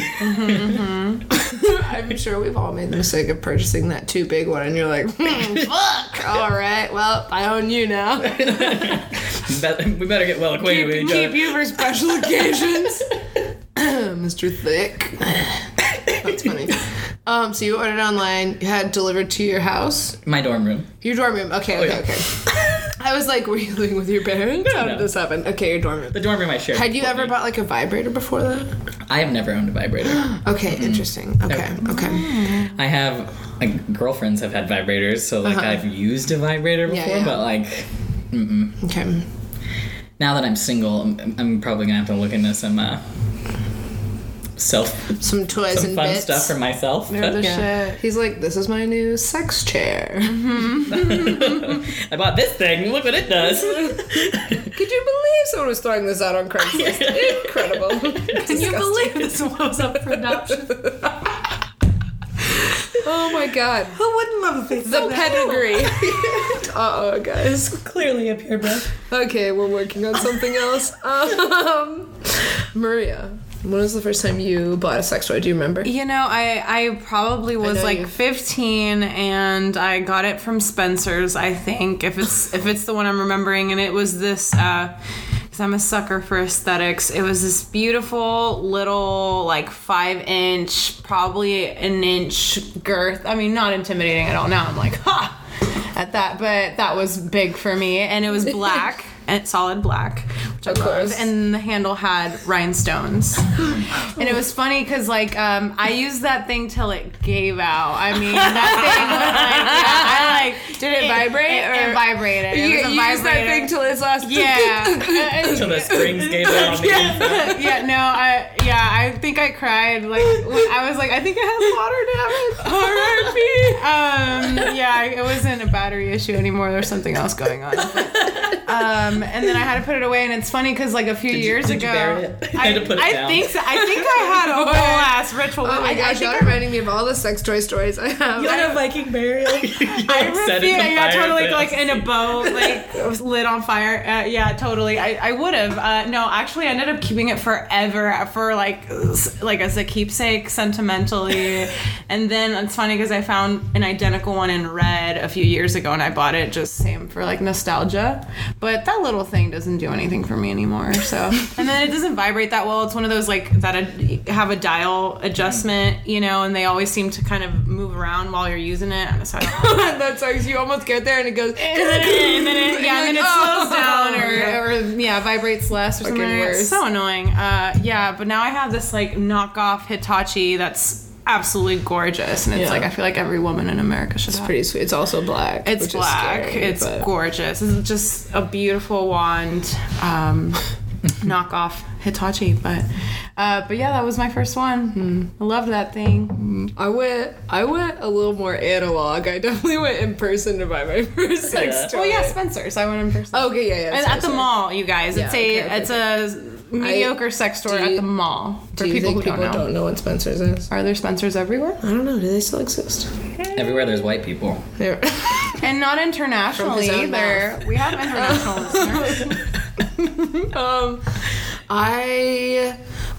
B: I'm sure we've all made the mistake of purchasing that too big one, and you're like, hmm, fuck. All right, well, I own you now.
C: Bet- we better get well acquainted with each other.
B: Keep you for special occasions, Mr. Thick. That's funny. Um, so you ordered online, you had delivered to your house,
C: My dorm room.
B: your dorm room. Okay, okay,
C: Oh, yeah.
B: okay. I was like, were you living with your parents? How did
C: No.
B: this happen? Okay, your dorm room.
C: The dorm room I shared.
B: Had you ever bought like a vibrator before that?
C: I have never owned a vibrator.
B: Okay, interesting. Okay, okay.
C: I have like girlfriends have had vibrators, so like I've used a vibrator
B: Uh-huh. Yeah,
C: before,
B: yeah.
C: but like
B: Okay.
C: now that I'm single, I'm, I'm probably gonna have to look into some uh, self
B: Some toys
C: some
B: and
C: fun
B: bits.
C: stuff for myself.
D: They're the
C: But
D: shit.
B: He's like, this is my new sex chair.
C: I bought this thing. Look what it does.
B: Could you believe someone was throwing this out on Craigslist? Incredible.
A: Can you believe this one was up for adoption?
B: Oh my god.
A: Who wouldn't love a face
B: The
A: like that?
B: pedigree. uh oh, guys.
A: Clearly a purebred.
B: Okay, we're working on something else. Um, Maria, when was the first time you bought a sex toy? Do you remember?
D: You know, I I probably was
B: know
D: like
B: you.
D: 15 and I got it from Spencer's, I think, if it's if it's the one I'm remembering and it was this uh because I'm a sucker for aesthetics. It was this beautiful little, like, five inch, probably an inch girth. I mean, not intimidating at all. Now I'm like, ha! At that, but that was big for me. And it was black, and solid black, which I love.
B: course.
D: And the handle had rhinestones. And it was funny because like um, I used that thing till it gave out. I mean, that thing was like, yeah, I like did it,
B: vibrate,
D: It, it
B: or-
D: vibrated. It
B: you
D: was a
B: use that
D: vibrator.
B: thing till it's last.
D: yeah. Uh,
C: Till the springs gave out on the inside.
D: yeah, no, I yeah, I think I cried like when I was like, I think it has water damage. R.I.P. Um, yeah, it wasn't a battery issue anymore. There's something else going on. um, and then I had to put it away, and it's funny because like a few
C: you-
D: years
C: did you
D: ago,
C: bury it? You had to put it
D: I
C: down.
D: think so. I think I had a whole ass ritual.
B: Oh my
D: I, I
B: gosh,
D: think
B: y'all
D: I-
B: are reminding me of all the sex toy stories I have.
A: You'll have Viking burial.
D: I
C: Like, set it
D: refuse.
C: to
D: Yeah,
C: fire
D: totally.
C: pit.
D: Like in a boat, like it was lit on fire. Uh, yeah, totally. I, I would have. Uh, no, actually, I ended up keeping it forever for like s- like as a keepsake, sentimentally. and then it's funny because I found an identical one in red a few years ago, and I bought it just same for like nostalgia. But that little thing doesn't do anything for me anymore. So and then it doesn't vibrate that well. It's one of those like that ad- have a dial adjustment, you know, and they always seem to kind of move around while you're using it. So I don't
B: that sucks. You almost get there and it goes.
D: and then it, and then it, yeah, and then it slows down or, or yeah, vibrates less or something.
B: oh. Fucking
D: It's
B: worse.
D: so annoying. Uh, yeah, but now I have this like knockoff Hitachi that's absolutely gorgeous, and it's
B: Yeah.
D: like I feel like every woman in America should have.
B: Pretty sweet. It's also black.
D: It's
B: which is
D: black.
B: scary,
D: it's
B: but-
D: gorgeous. It's just a beautiful wand. Um, knockoff Hitachi, but uh, but yeah, that was my first one.
B: Hmm.
D: I loved that thing.
B: I went. I went a little more analog. I definitely went in person to buy my first
C: Yeah.
B: sex toy.
D: Well, yeah, Spencer's. I went in person.
B: Okay. Yeah. Yeah.
D: And
B: sorry,
D: at the
B: sorry.
D: mall, you guys. It's
B: Yeah,
D: a
B: okay, okay,
D: it's a mediocre sex store
B: do
D: at
B: you-
D: the mall for
B: Do you
D: people
B: think
D: who
B: people
D: don't know.
B: what Spencer's is?
D: Are there Spencers everywhere?
B: I don't know. Do they still exist?
C: Everywhere there's white people.
B: They're-
D: And not internationally
B: From his own
D: either. We have international listeners.
B: um, I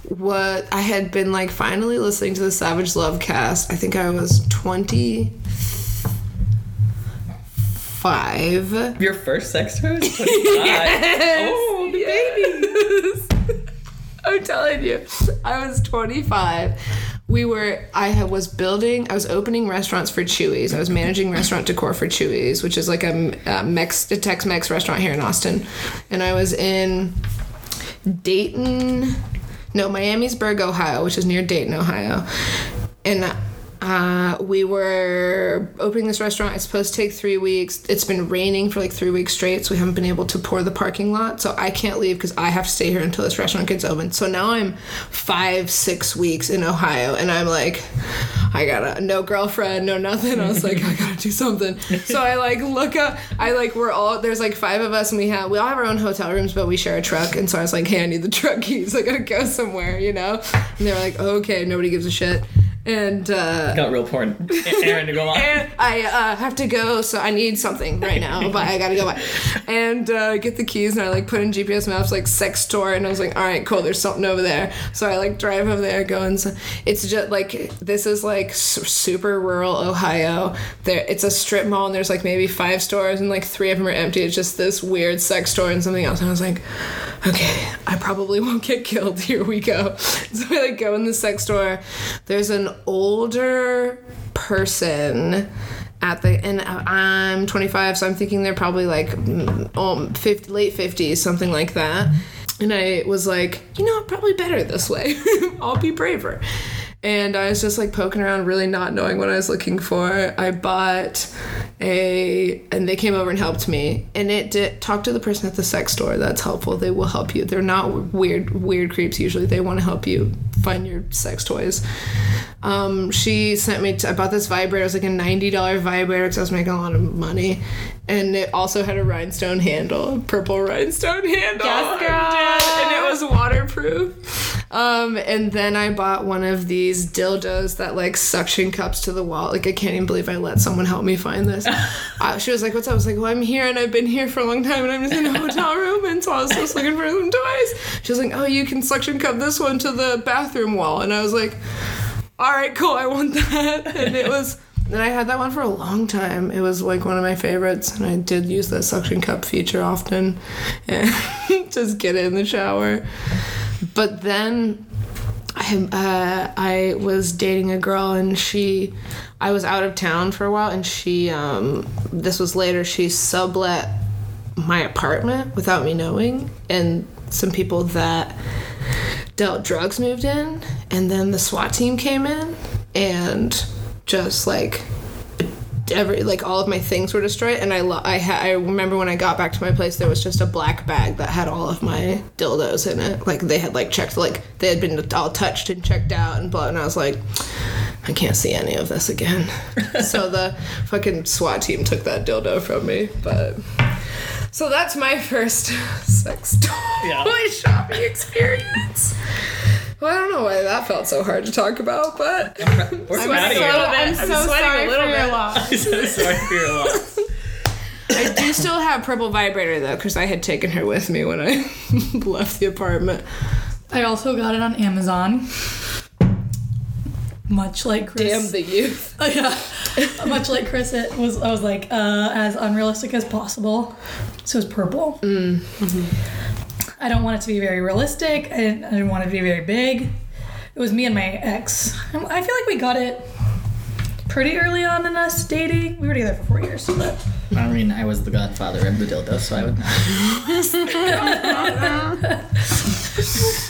B: what I had been like finally listening to the Savage Love cast. I think I was twenty five.
C: Your first sex toy was 25. Oh, the
B: babies. I'm telling you, I was 25. We were, I ha- was building, I was opening restaurants for Chewy's. I was managing restaurant decor for Chewy's, which is like a, uh Mex, a Tex Mex restaurant here in Austin. And I was in Dayton, no, Miamisburg, Ohio, which is near Dayton, Ohio. And uh, we were opening this restaurant. It's supposed to take three weeks. It's been raining for like three weeks straight, so we haven't been able to pour the parking lot. So I can't leave because I have to stay here until this restaurant gets open. So now I'm five, six weeks in Ohio, and I'm like, I gotta, no girlfriend, no nothing. I was like, I gotta do something. So I like look up, I like, we're all, there's like five of us, and we have, we all have our own hotel rooms, but we share a truck. And so I was like, hey, I need the truck keys. I gotta go somewhere, you know? And they were like, okay, nobody gives a shit. And, uh,
C: Got real porn. Aaron to go on.
B: I uh, have to go, so I need something right now, but I gotta go by. And uh, get the keys, and I like put in GPS maps, like sex store, and I was like, all right, cool, there's something over there. So I like drive over there, go and s- it's just like this is like su- super rural Ohio. There, it's a strip mall, and there's like maybe five stores, and like three of them are empty. It's just this weird sex store and something else. And I was like, okay, I probably won't get killed. Here we go. So I like go in the sex store. There's an older person at the and I'm 25, so I'm thinking they're probably like mm, um, 50, late 50s, something like that. And I was like, you know, I'm probably better this way. I'll be braver. And I was just like poking around, really not knowing what I was looking for. I bought a, and they came over and helped me. And it did talk to the person at the sex store. That's helpful. They will help you. They're not weird, weird creeps usually. They want to help you find your sex toys. Um, she sent me. To, I bought this vibrator. It was like a ninety dollar vibrator because I was making a lot of money, and it also had a rhinestone handle, a purple rhinestone handle.
D: Yes, girl.
B: And it was waterproof. Um, and then I bought one of these dildos that like suction cups to the wall. Like I can't even believe I let someone help me find this. Uh, she was like, "What's up?" I was like, "Well, I'm here and I've been here for a long time and I'm just in a hotel room and so I was just looking for some toys." She was like, "Oh, you can suction cup this one to the bathroom wall," and I was like all right, cool, I want that. And it was And I had that one for a long time. It was like one of my favorites, and I did use that suction cup feature often, and just get it in the shower. But then I, uh, I was dating a girl and she I was out of town for a while and she um, this was later she sublet my apartment without me knowing and some people that dealt drugs moved in and then the SWAT team came in and just like every like all of my things were destroyed and I lo- I ha- I remember when I got back to my place there was just a black bag that had all of my dildos in it like they had like checked like they had been all touched and checked out and blah and I was like I can't see any of this again so the fucking SWAT team took that dildo from me but so that's my first sex toy
C: Yeah.
B: shopping experience well I don't know why that felt so hard to talk about but
C: We're
D: I'm
C: out of
D: so,
C: here.
D: I'm so
B: sweating a
D: sorry
B: little
D: for your
B: bit.
D: loss.
C: I'm so sorry for your loss.
B: I do still have purple vibrator though, because I had taken her with me when I left the apartment.
A: I also got it on Amazon. Much like Chris.
B: Damn the youth.
A: Oh, yeah. Much like Chris, it was. I was like uh, as unrealistic as possible. So it's purple. I don't want it to be very realistic. I didn't, I didn't want it to be very big. It was me and my ex. I'm- I feel like we got it pretty early on in us dating. We were together for four years, but
C: I mean, I was the godfather of the dildo, so I would not.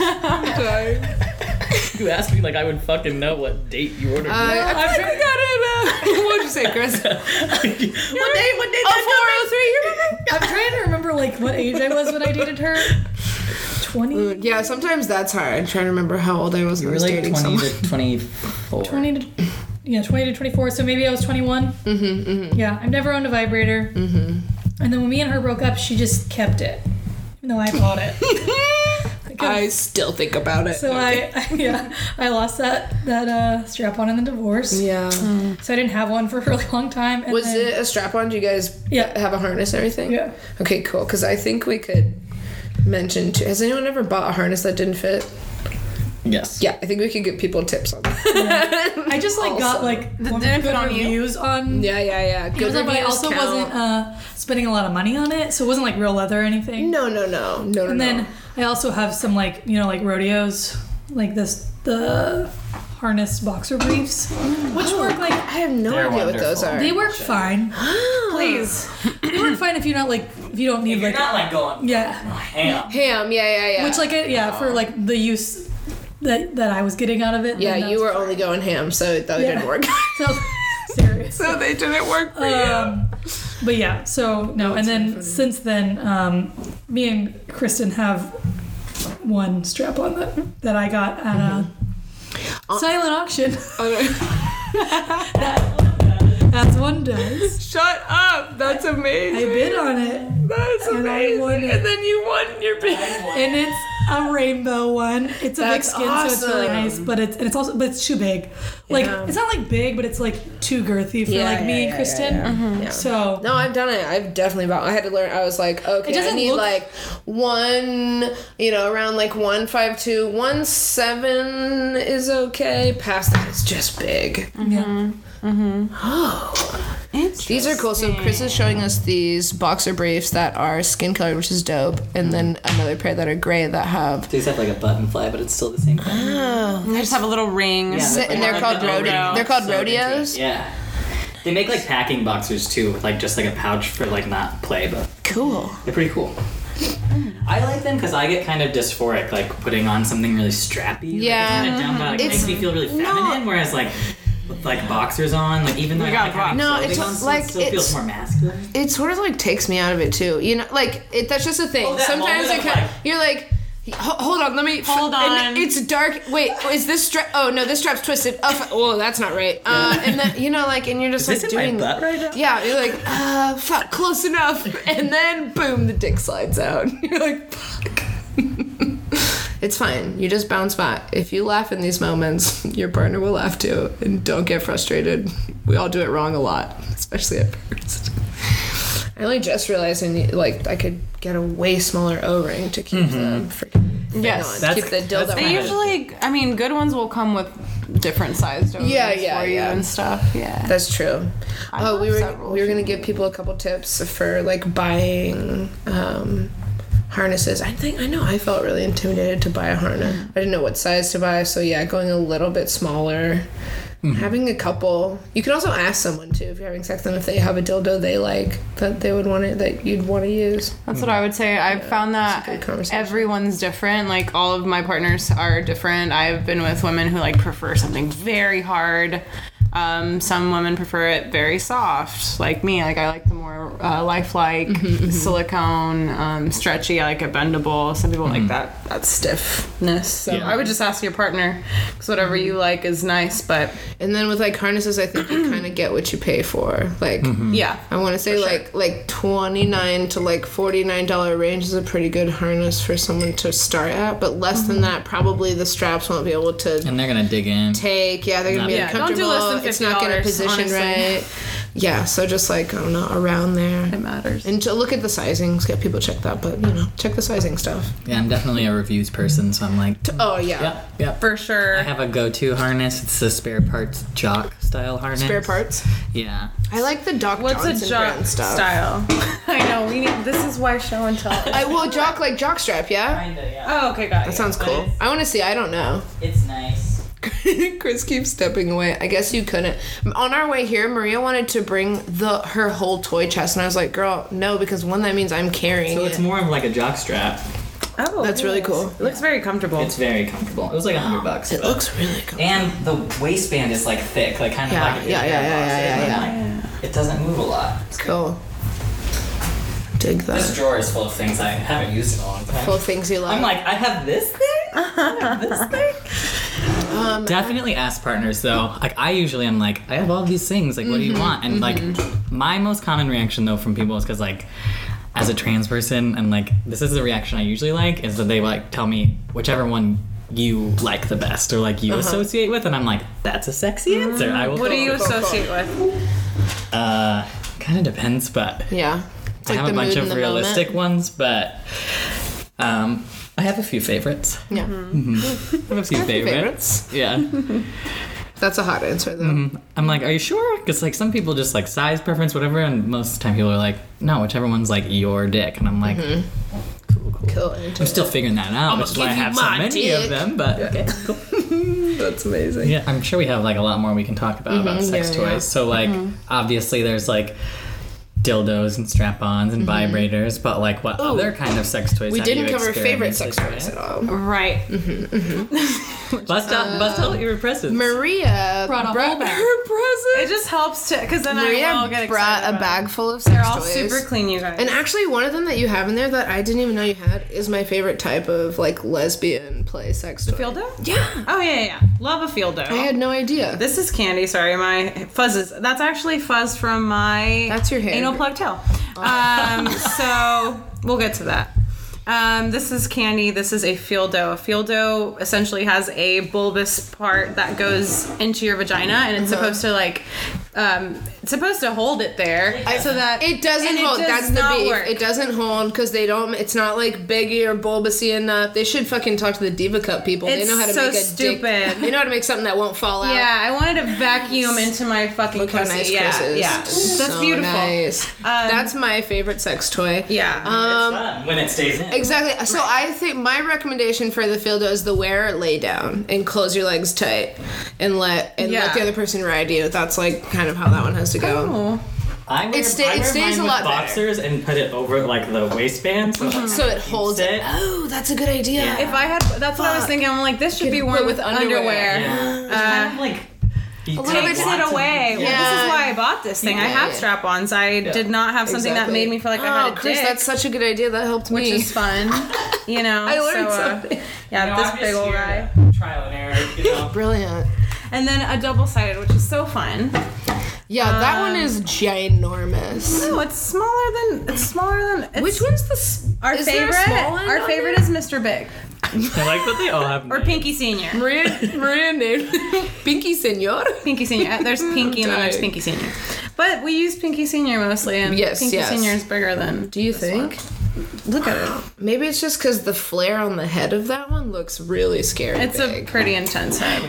B: I,
C: You asked me like I would fucking know what date you ordered.
B: I feel like we got it. Uh, what'd you say, Chris?
C: what date? What date?
B: Oh, 403, you remember?
A: I'm trying to remember like what age I was when I dated her. Twenty.
B: Yeah, sometimes that's hard. I'm trying to remember how old I was
C: You
B: when
C: were
B: I was
C: like
B: dating
C: twenty
B: someone.
C: to twenty-four.
A: 20 to yeah 20 to 24 so maybe i was 21 mm-hmm, yeah i've never owned a vibrator mm-hmm. and then when me and her broke up she just kept it even though i bought it
B: I still think about it.
A: so I, I yeah i lost that that uh strap on in the divorce
B: Yeah.
A: so i didn't have one for a really long time and
B: Was
A: then-
B: it a strap on? Do you guys
A: Yeah.
B: have a harness and everything?
A: Yeah.
B: Okay, cool. Because I think we could mention too. Has anyone ever bought a harness that didn't fit?
C: Yes.
B: Yeah, I think we could give people tips on that.
A: i just like got
B: Also.
A: like
D: The
A: one-
D: didn't fit
A: good
D: on you?
A: reviews on
B: Yeah, yeah, yeah. Good
A: Amazon, but i
B: reviews
A: also
B: count.
A: wasn't uh spending a lot of money on it so it wasn't like real leather or anything
B: No, no, no, no,
A: And
B: no.
A: then I also have some like you know like rodeos, like this the harness boxer briefs, which
B: Oh.
A: work like
B: I have no
C: They're
B: idea what those
C: wonderful.
B: are.
A: they work fine. Please, they work fine if you're not like if you don't need like
C: like going
A: yeah,
C: ham.
B: Ham, yeah, yeah, yeah.
A: which like it, yeah for like the use that that I was getting out of it.
B: yeah,
A: then
B: you
A: that's-
B: were only going ham, so that didn't work.
A: so serious.
B: so they didn't work for
A: Um, but yeah, so no, and then since then, um, me and Kristen have one strap on that that I got at
B: Mm-hmm. Uh,
A: a silent auction.
B: oh.
A: As one does.
B: Shut up! That's
A: I
B: amazing.
A: bid on it,
B: That's
A: And I
B: amazing.
A: won
B: And,
A: it.
B: then you won your bid.
A: and it's a rainbow one. It's a big
B: That's
A: skin, so it's really
B: awesome.
A: nice. But it's and it's also but it's too big. Like
B: Yeah.
A: it's not like big, but it's like too girthy for
B: Yeah,
A: like
B: yeah,
A: me
B: yeah,
A: and
B: yeah,
A: Kristen.
B: Yeah.
A: So
B: No, I've done it. I've definitely bought. I had to learn. I was like, okay, I
A: doesn't
B: need
A: look-
B: like one, you know, around like one five two, one seven is okay. Past that, it's just big.
A: yeah.
B: These are cool. So Chris is showing us these boxer briefs that are skin colored, which is dope, and then another pair that are gray that have.
C: These have like a button fly, but it's still the same thing.
D: They just have a little ring.
C: Yeah,
B: and they're called rode- they're called rodeos?
C: Yeah. They make like packing boxers too, with like just like a pouch for like not play, but
B: Cool.
C: they're pretty cool.
B: Hmm.
C: I like them because I get kind of dysphoric, like putting on something really strappy. like,
B: Yeah.
C: it's kinda down by, like, it
B: It's-
C: makes me feel really feminine, whereas like with like boxers on, like even though I
D: got
C: like, having
D: box-
B: No,
C: clothing
B: it's
C: on, so
B: like-
C: it still
B: it's-
C: feels more masculine.
B: It sort of like takes me out of it too. You know, like it, that's just a thing.
C: Oh, that
B: Sometimes I
C: moment
B: kind
C: of, like-
B: you're like. "H- Hold on, let me.
D: Hold
B: and
D: on.
B: it's dark. Wait, is this strap? Oh no, this strap's twisted. Oh, f- oh that's not right. Uh, and then you know, like, and you're just
C: Is
B: like
C: this in my
B: doing
C: butt right now?
B: Yeah, you're like, uh, fuck, close enough. And then boom, the dick slides out. You're like, fuck. it's fine. You just bounce back. If you laugh in these moments, your partner will laugh too. And don't get frustrated. We all do it wrong a lot, especially at first. I only just realized I need, like I could get a way smaller O-ring to keep them freaking thing
D: Yes.
B: on,
C: That's-
B: keep the dildo.
C: that's
B: on.
C: kinda-
D: They usually, I mean, good ones will come with different sized doses
B: Yeah, yeah,
D: for you
B: yeah.
D: and stuff. Yeah.
B: That's true.
D: I
B: oh,
D: have
B: we were
D: several
B: we were gonna
D: shoes.
B: give people a couple tips for like buying um, harnesses. I think I know I felt really intimidated to buy a harness.
D: Mm-hmm.
B: I didn't know what size to buy, so yeah, going a little bit smaller. Having a couple, you can also ask someone too if you're having sex, them if they have a dildo they like that they would want it that you'd want to use.
D: That's what I would say. I've found that
B: good conversation.
D: everyone's different. Like all of my partners are different. I've been with women who like prefer something very hard. Um, some women prefer it very soft, like me. Like I like the more uh, lifelike,
C: Mm-hmm,
D: silicone, um, stretchy. I like a bendable. Some people like that that stiffness.
C: Mm-hmm.
D: So
C: Yeah. Mm-hmm.
D: I would just ask your partner because whatever you like is nice. But
B: And then with like harnesses, I think you kind of get what you pay for. Like
C: Mm-hmm.
D: yeah,
B: I want to say like like twenty nine to like forty nine dollar range is a pretty good harness for someone to start at, but less
D: Mm-hmm.
B: than that, probably the straps won't be able to
C: And they're gonna dig in.
B: take. Yeah, they're gonna be
C: Yeah,
D: don't do
B: uncomfortable.
D: less than
B: it's not gonna
D: $50,
B: position
D: honestly.
B: right. Yeah, so just like I don't know, around
D: it
B: there.
D: matters.
B: And to look at the sizings. Get people check that, but you know, check the sizing stuff.
C: Yeah, I'm definitely a reviews person, so I'm like,
B: Oh yeah,
C: yep, yep.
D: For sure.
C: I have a go-to harness. It's the spare parts jock style harness.
B: spare parts.
C: Yeah.
B: I like the Doc
D: What's
B: Johnson
D: a
B: brand
D: jock
B: stuff.
D: style? I know we need. This is why show and tell.
B: I will jock like jockstrap. Yeah,
C: Kinda, yeah.
D: oh, okay, got it.
B: that sounds cool. I want to see. I don't know.
C: It's nice.
B: Chris keeps stepping away. I guess you couldn't. On our way here, Maria wanted to bring the her whole toy chest, and I was like, "Girl, no," because one that means I'm carrying.
C: So
B: it.
C: it's more of like a jock strap.
D: Oh,
B: That's really cool.
D: It looks very comfortable.
C: It's very comfortable. It was like a hundred bucks.
B: it
C: but-
B: looks really cool.
C: And the waistband is like thick, like kind of
B: Yeah,
C: like a
B: yeah, yeah,
C: big
B: yeah,
C: box.
B: yeah, yeah,
C: And, like, It doesn't move a lot.
B: Cool. Dig
C: This
B: that.
C: drawer is full of things I haven't used in a long time.
B: Full of things you love.
C: I'm like, I have this thing. I have this thing. Definitely ask partners though. Like I usually am like, I have all these things. Like, what
B: Mm-hmm,
C: do you want? And like, my most common reaction though from people is because like, as a trans person, and like, this is the reaction I usually like is that they like tell me whichever one you like the best or like
B: Uh-huh.
C: you associate with, and I'm like, that's a sexy
B: Mm-hmm.
C: answer. I will.
D: what do
C: go
D: you
C: with
D: associate with?
C: it." Uh, kind of depends, but
B: yeah. It's
C: I have a bunch
B: mood in
C: of
B: the
C: realistic
B: moment.
C: ones, but um, I have a few favorites.
B: Yeah.
C: I have a few favorites. Yeah.
B: That's a hot answer though.
C: I'm like, are you sure? Because like some people just like size preference, whatever, and most of the time people are like, no, whichever one's like your dick, and I'm like, cool, cool.
B: Cool answer.
C: I'm still figuring that out, which is why I
B: Mm-hmm. give you
C: have so
B: my
C: many
B: dick.
C: of them. But okay, cool.
B: That's amazing.
C: yeah, I'm sure we have like a lot more we can talk about about sex
B: Mm-hmm. yeah,
C: toys.
B: yeah. Mm-hmm.
C: So like, obviously there's like dildos and strap-ons and vibrators, but like what other kind of sex toys?
B: Mm-hmm. Oh, We
C: have
B: didn't
C: you
B: cover favorite
C: experimented
B: sex toys
C: with?
B: at all.
D: Right.
C: Bust out, bust
B: Uh,
C: out your presents.
B: Maria
A: Brought a whole bag.
B: her
D: It
B: present.
D: just helps to because then I will
B: Maria
D: get
B: brought
D: excited
B: a
D: about
B: bag full of sex
D: It. They're all
B: toys.
D: super clean, you guys.
B: And actually, one of them that you have in there that I didn't even know you had is my favorite type of like lesbian play sex toy.
D: field dough?
B: Yeah,
D: Oh yeah, yeah. yeah. Love a field dough.
B: I had no idea.
D: this is candy. Sorry, my fuzzes. That's actually fuzz from my.
B: That's your hair.
D: Anal plug tail. Um, so we'll get to that. Um, this is candy. This is a field dough. A field dough essentially has a bulbous part that goes into your vagina, and
B: Uh-huh.
D: it's supposed to like, um, it's supposed to hold it there so that
B: it doesn't
D: and
B: hold.
D: does
B: That's the
D: not
B: beef.
D: work.
B: It doesn't hold because they don't. It's not like biggie or bulbousy enough. They should fucking talk to the diva cup people. they
D: It's
B: know how to
D: so
B: make a Dick,
D: stupid.
B: they know how to make something that won't fall out.
D: Yeah, I wanted to vacuum into my fucking
B: Look how
D: pussy.
B: nice
D: yeah,
B: Chris is.
D: yeah, that's
B: So
D: beautiful. Um,
B: Nice. that's my favorite sex toy.
D: Yeah.
B: Um,
C: when it stays in.
B: Exactly. So I think my recommendation for the field is the wear it, lay down and close your legs tight and let and
D: Yeah.
B: let the other person ride you. That's like kind of how that one has to go.
D: Oh.
C: I wear,
B: It sta-
C: I
B: it
C: wear
B: stays
C: mine
B: a
C: with
B: lot better.
C: boxers and put it over like the waistband. So, like,
B: So it holds
C: keeps
B: it. Oh, that's a good idea.
D: If I had, that's what I was
B: Fuck.
D: thinking. I'm like, this should be
B: Could
D: worn
B: put
D: with
B: with
D: underwear.
B: underwear.
C: Yeah. It's kind of like you
B: uh, little
C: take
B: bit
D: Takes
B: Lots
D: it
C: lots of-
D: away.
C: Yeah.
D: Well, this is
B: Yeah.
D: why I bought this thing. I
B: Yeah,
D: have
B: yeah.
D: strap-ons. I did not have something that
B: Exactly.
D: made me feel like
B: oh,
D: I had a
B: Chris,
D: dick,
B: that's such a good idea. That helped
D: which
B: me.
D: is fun. You know,
B: I learned
D: so, uh,
B: something.
D: yeah,
C: You know,
D: this
C: I'm
D: big
C: just
D: old
C: here
D: guy,
C: to Trial and error. You know?
B: Brilliant.
D: and then a double-sided, which is so fun.
B: Yeah, that
D: Um,
B: one is ginormous.
D: No, it's smaller than it's smaller than it's
B: Which one's the s-
D: our
B: is there a
D: favorite.
B: small one
D: Our
B: on
D: favorite is Mr. Big
C: I like that they all have.
D: or Pinky Senior.
B: Maria, Maria named Pinky Senor.
D: Pinky Senior. Uh, There's Pinky and then there's
B: dying.
D: Pinky Senior. But we use Pinky Senior mostly, and
B: Yes,
D: Pinky
B: yes.
D: Senior is bigger than.
B: Do you think?
D: Look at it.
B: Maybe it's just because the flare on the head of that one looks really scary.
D: It's
B: big.
D: a pretty intense head.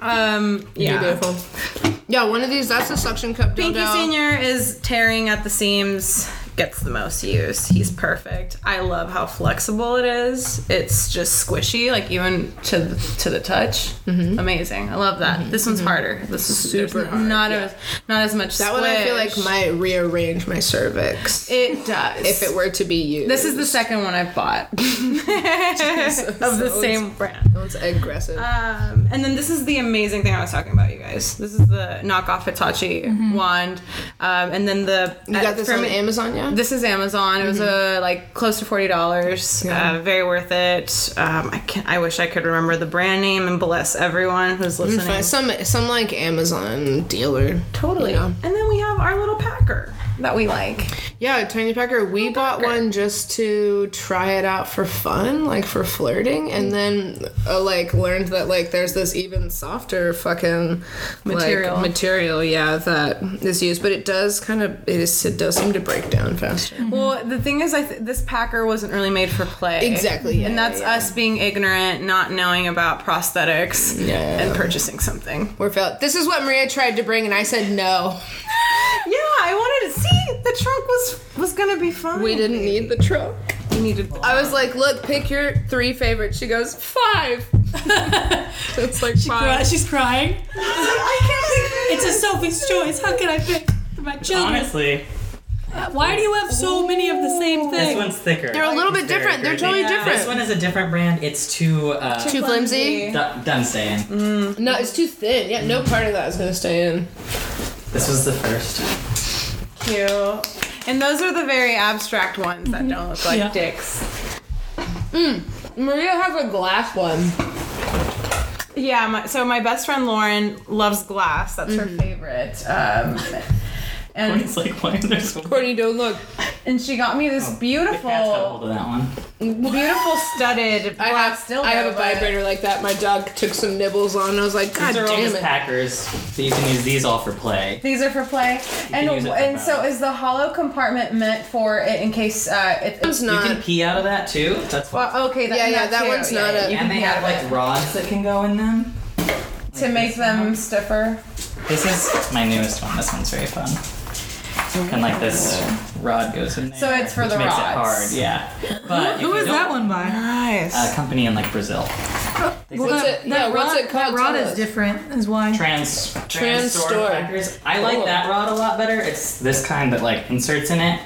D: Um, yeah.
B: You're beautiful. Yeah, one of these. That's a suction cup dildo.
D: Pinky Senior is tearing at the seams, gets the most use. He's perfect. I love how flexible it is. It's just squishy, like even to the, to the touch. Amazing. I love that. This one's harder. This is
B: Mm-hmm. Super
D: there's
B: hard,
D: Not
B: yeah.
D: as not as much.
B: That one I feel like
D: squish.
B: might rearrange my cervix
D: it does.
B: if it were to be used.
D: this is the second one I've bought of the
B: so
D: same brand.
B: That one's aggressive.
D: Um, and then this is the amazing thing I was talking about, you guys. This is the knockoff Hitachi wand. Um, and then the
B: Mm-hmm. you got this
D: from-
B: on Amazon, yeah?
D: This is Amazon. It was uh, like close to forty dollars.
B: Mm-hmm. Yeah.
D: Uh, very worth it. Um, I can I wish I could remember the brand name and bless everyone who's
B: You
D: listening.
B: can find some some like Amazon dealer.
D: Totally.
B: Yeah. Mm-hmm.
D: And then we have our little packer that we like.
B: Yeah, Tiny Packer. We bought one just to try it out for fun, like for flirting, and then uh, like learned that like there's this even softer fucking like,
D: Material.
B: material, yeah, that is used, but it does kind of it is it does seem to break down faster.
D: Well, the thing is, I th- this packer wasn't really made for play.
B: Exactly, yeah,
D: and that's
B: yeah, yeah.
D: us being ignorant, not knowing about prosthetics,
B: yeah,
D: and
B: yeah.
D: purchasing something.
B: We're felt. This is what Maria tried to bring, and I said no.
D: Yeah, I wanted to see the trunk was was gonna be fine.
B: We didn't need the trunk.
D: We needed. The-
B: I was like, look, pick your three favorites. She goes five. So it's like five.
A: Cry- She's crying.
D: I
A: It's a Sophie's choice. How can I pick my children?
C: Honestly,
A: Why do you have so many of the same
C: this
A: thing?
C: one's thicker.
B: They're a little bit
C: It's very
B: different. They're
C: girthy.
B: totally
C: This one
B: different.
C: is a different brand. It's too. Uh,
B: Too Mm. flimsy.
C: du- done staying.
B: No, it's too thin. Yeah, no part of that is gonna stay in.
C: This was the first.
D: can't like cute. And those are the very abstract ones that don't look like
A: Yeah.
D: dicks.
B: Maria has a glass one.
D: Yeah. My, so my best friend Lauren loves glass. That's her favorite. Um, and
B: Mm.
C: It's like why is there so?
B: Courtney, don't look.
D: and she got me this
C: Cat's got a
D: beautiful,
C: oh, hold of that one.
D: beautiful studded
B: I
D: black
B: have
D: still.
B: I have a vibrator like that. My dog took some nibbles on. I was like, God
C: These are all
B: damn
C: just
B: it.
C: Packers. So you can use these all for play.
D: These are for play, and
C: use it for
D: and so
C: balance.
D: is the hollow compartment meant for it in case uh, it,
B: That one's
D: it's
C: You
B: not.
C: can pee out of that too. That's why.
D: well, okay. That,
B: Yeah, yeah,
D: that
B: that
D: too,
B: one's
D: yeah,
B: not a-
D: yeah, you
C: and they
D: can
C: have
D: have it.
C: like rods that can go in them.
D: to make them stiffer.
C: This is my newest one. This one's very fun. And like this rod goes in there.
D: So it's for
C: which
D: the
C: makes it hard.
D: rods.
C: Yeah. But
A: Who
C: if
A: is
C: you don't-
A: that one by?
D: Nice.
C: A company in like Brazil.
B: What's it? Yeah, what's it called?
A: That rod
B: Tell
A: is
B: us.
A: different. Is why.
C: Trans
B: Trans store.
C: Packers. I like
B: Cool.
C: that rod a lot better. It's this kind that like inserts in it.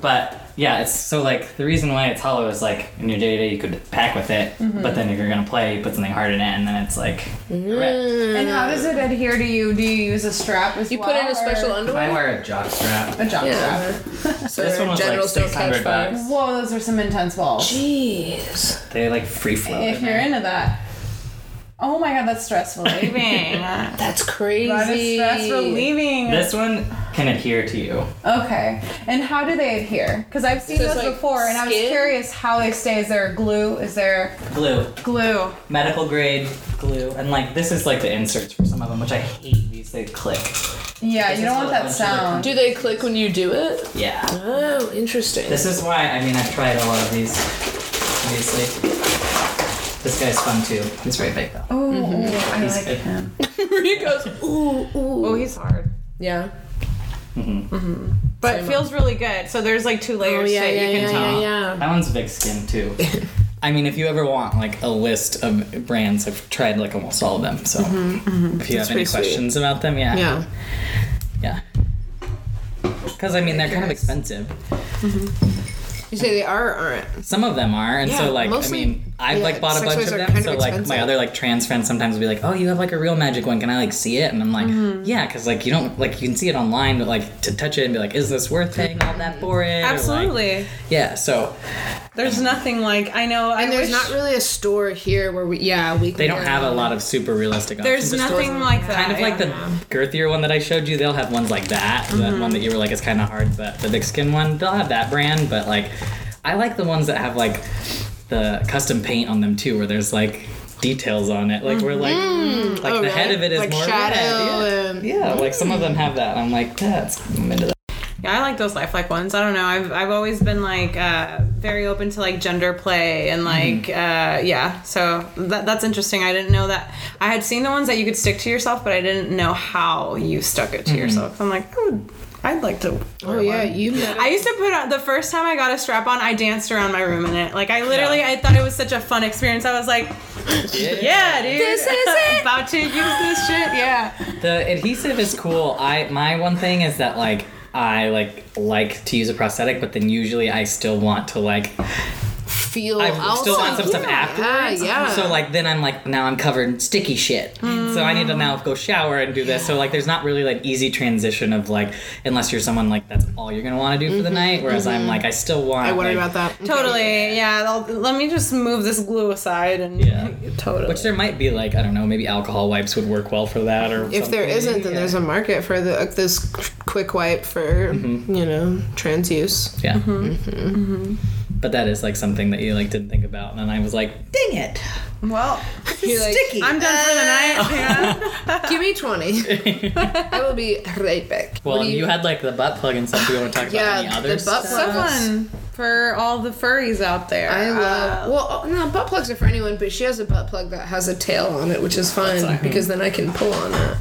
C: But yeah, it's so like the reason why it's hollow is like in your day to day you could pack with it, but then if you're gonna play, you put something hard in it, and then it's like ripped.
D: And how does it adhere to you? Do you use a strap as
B: You
D: well?
B: put in a special
D: or-
C: I
B: underwear.
C: wear a jock strap.
D: a jock
B: Yeah.
D: strap.
B: So
C: This one was like
B: generals don't catch
C: 600
B: fire.
C: bucks.
D: Whoa, those are some intense balls.
B: Jeez.
C: They like free flow.
D: if you're into that. Oh my god, that's stress relieving. that
B: That's crazy.
D: is stress relieving.
C: This one can adhere to you.
D: Okay. And how do they adhere? Because I've seen
B: So it's
D: those
B: like
D: before, and I was
B: skin?
D: curious how they stay. Is there glue? Is there
C: Glue,
D: glue?
C: medical grade glue, and like this is like the inserts for some of them, which I hate. These they click.
D: Yeah,
C: This is
D: you don't want
C: what
D: that
C: bunch of the-
D: sound.
B: Do they click when you do it?
C: Yeah.
B: Oh, interesting.
C: This is why I mean I've tried a lot of these, obviously. This guy's fun too. He's very big though.
D: Ooh,
B: Mm-hmm.
D: ooh, Oh, I
C: He's
D: like
C: good.
D: him.
B: Maria goes, ooh, ooh.
D: Oh, he's hard.
B: Yeah.
D: But it feels really good. So there's like two
B: Oh,
D: layers
B: yeah,
D: to it.
B: yeah,
D: you can
B: yeah,
D: tell.
B: yeah, yeah.
C: That one's big skin too. I mean, if you ever want like a list of brands, I've tried like almost all of them. So if you have any
B: pretty sweet.
C: questions about them, yeah,
B: Yeah.
C: yeah. Because I mean, they're kind of expensive.
B: You say they are or aren't?
C: Some of them are, and
B: Yeah,
C: so like
B: mostly-
C: I mean, I've
B: yeah,
C: like bought a
B: sex
C: bunch of
B: toys are
C: them.
B: kind of
C: so like
B: expensive.
C: my other like trans friends sometimes will be like, "Oh, you have like a real magic one? Can I like see it?" And I'm like,
B: Mm-hmm.
C: "Yeah," because like you don't like you can see it online, but like to touch it and be like, "Is this worth paying all that for it?" Or, like-
D: Absolutely.
C: yeah. So
D: There's nothing like I know. I
B: And there's
D: wish-
B: not really a store here where we, yeah, we can.
C: they don't have a lot of super realistic.
D: There's
C: options. The stores-
D: nothing like that.
C: Kind of like the girthier one that I showed you. They'll have ones like that.
B: Mm-hmm.
C: That one that you were like is kind of hard, but the big skin one, they'll have that brand. But like, I like the ones that have like the custom paint on them too, where there's like details on it. Like where like like
B: Oh,
C: the
B: really?
C: head of it is
B: Like
C: more
B: shadow
C: red,
B: and-
C: Yeah, yeah like some of them have that. and I'm like, that's I'm into that.
D: Yeah, I like those lifelike ones. I don't know. I've I've always been like uh, very open to like gender play and like
A: Mm-hmm.
D: uh, yeah. So that that's interesting. I didn't know that. I had seen the ones that you could stick to yourself, but I didn't know how you stuck it to
A: Mm-hmm.
D: yourself. I'm like, oh, I'd like to.
B: Oh yeah, you met.
D: I used to put on the first time I got a strap on. I danced around my room in it. Like I literally, I thought it was such a fun experience. I was like, yeah, dude,
A: This is it.
D: About to use this shit. Yeah.
C: The adhesive is cool. I my one thing is that like I like like to use a prosthetic, but then usually I still want to like
B: feel
C: I still want
B: also-
C: some stuff
B: Yeah,
C: afterwards.
B: yeah.
C: So like then I'm like now I'm covered in sticky shit. So I need to now go shower and do this. So like there's not really like easy transition of like unless you're someone like that's all you're gonna want to do for the night. Whereas I'm like I still want.
B: Mm-hmm. I worry
C: like-
B: about that.
D: Totally. Yeah. I'll, let me just move this glue aside and
C: Yeah.
D: totally.
C: Which there might be like I don't know maybe alcohol wipes would work well for that or
B: If there
C: something.
B: isn't, then there's a market for the uh, this quick wipe for
C: Mm-hmm.
B: you know trans use.
C: yeah.
B: Mm-hmm.
C: Mm-hmm. But that is like something that you like didn't think about, and then I was like, "Dang it!"
D: well,
B: You're like,
D: sticky. I'm done for the night. Yeah.
B: Give me twenty. I will be right back.
C: Well,
B: What do
C: and you, had like the butt plug and stuff. Do you want to talk
B: yeah
C: about any
B: the
C: others?
B: butt plugs.
D: so fun for all the furries out there.
B: I love.
D: Uh,
B: well, oh, no, butt plugs are for anyone, but she has a butt plug that has a tail on it, which is fun because then I can pull on it.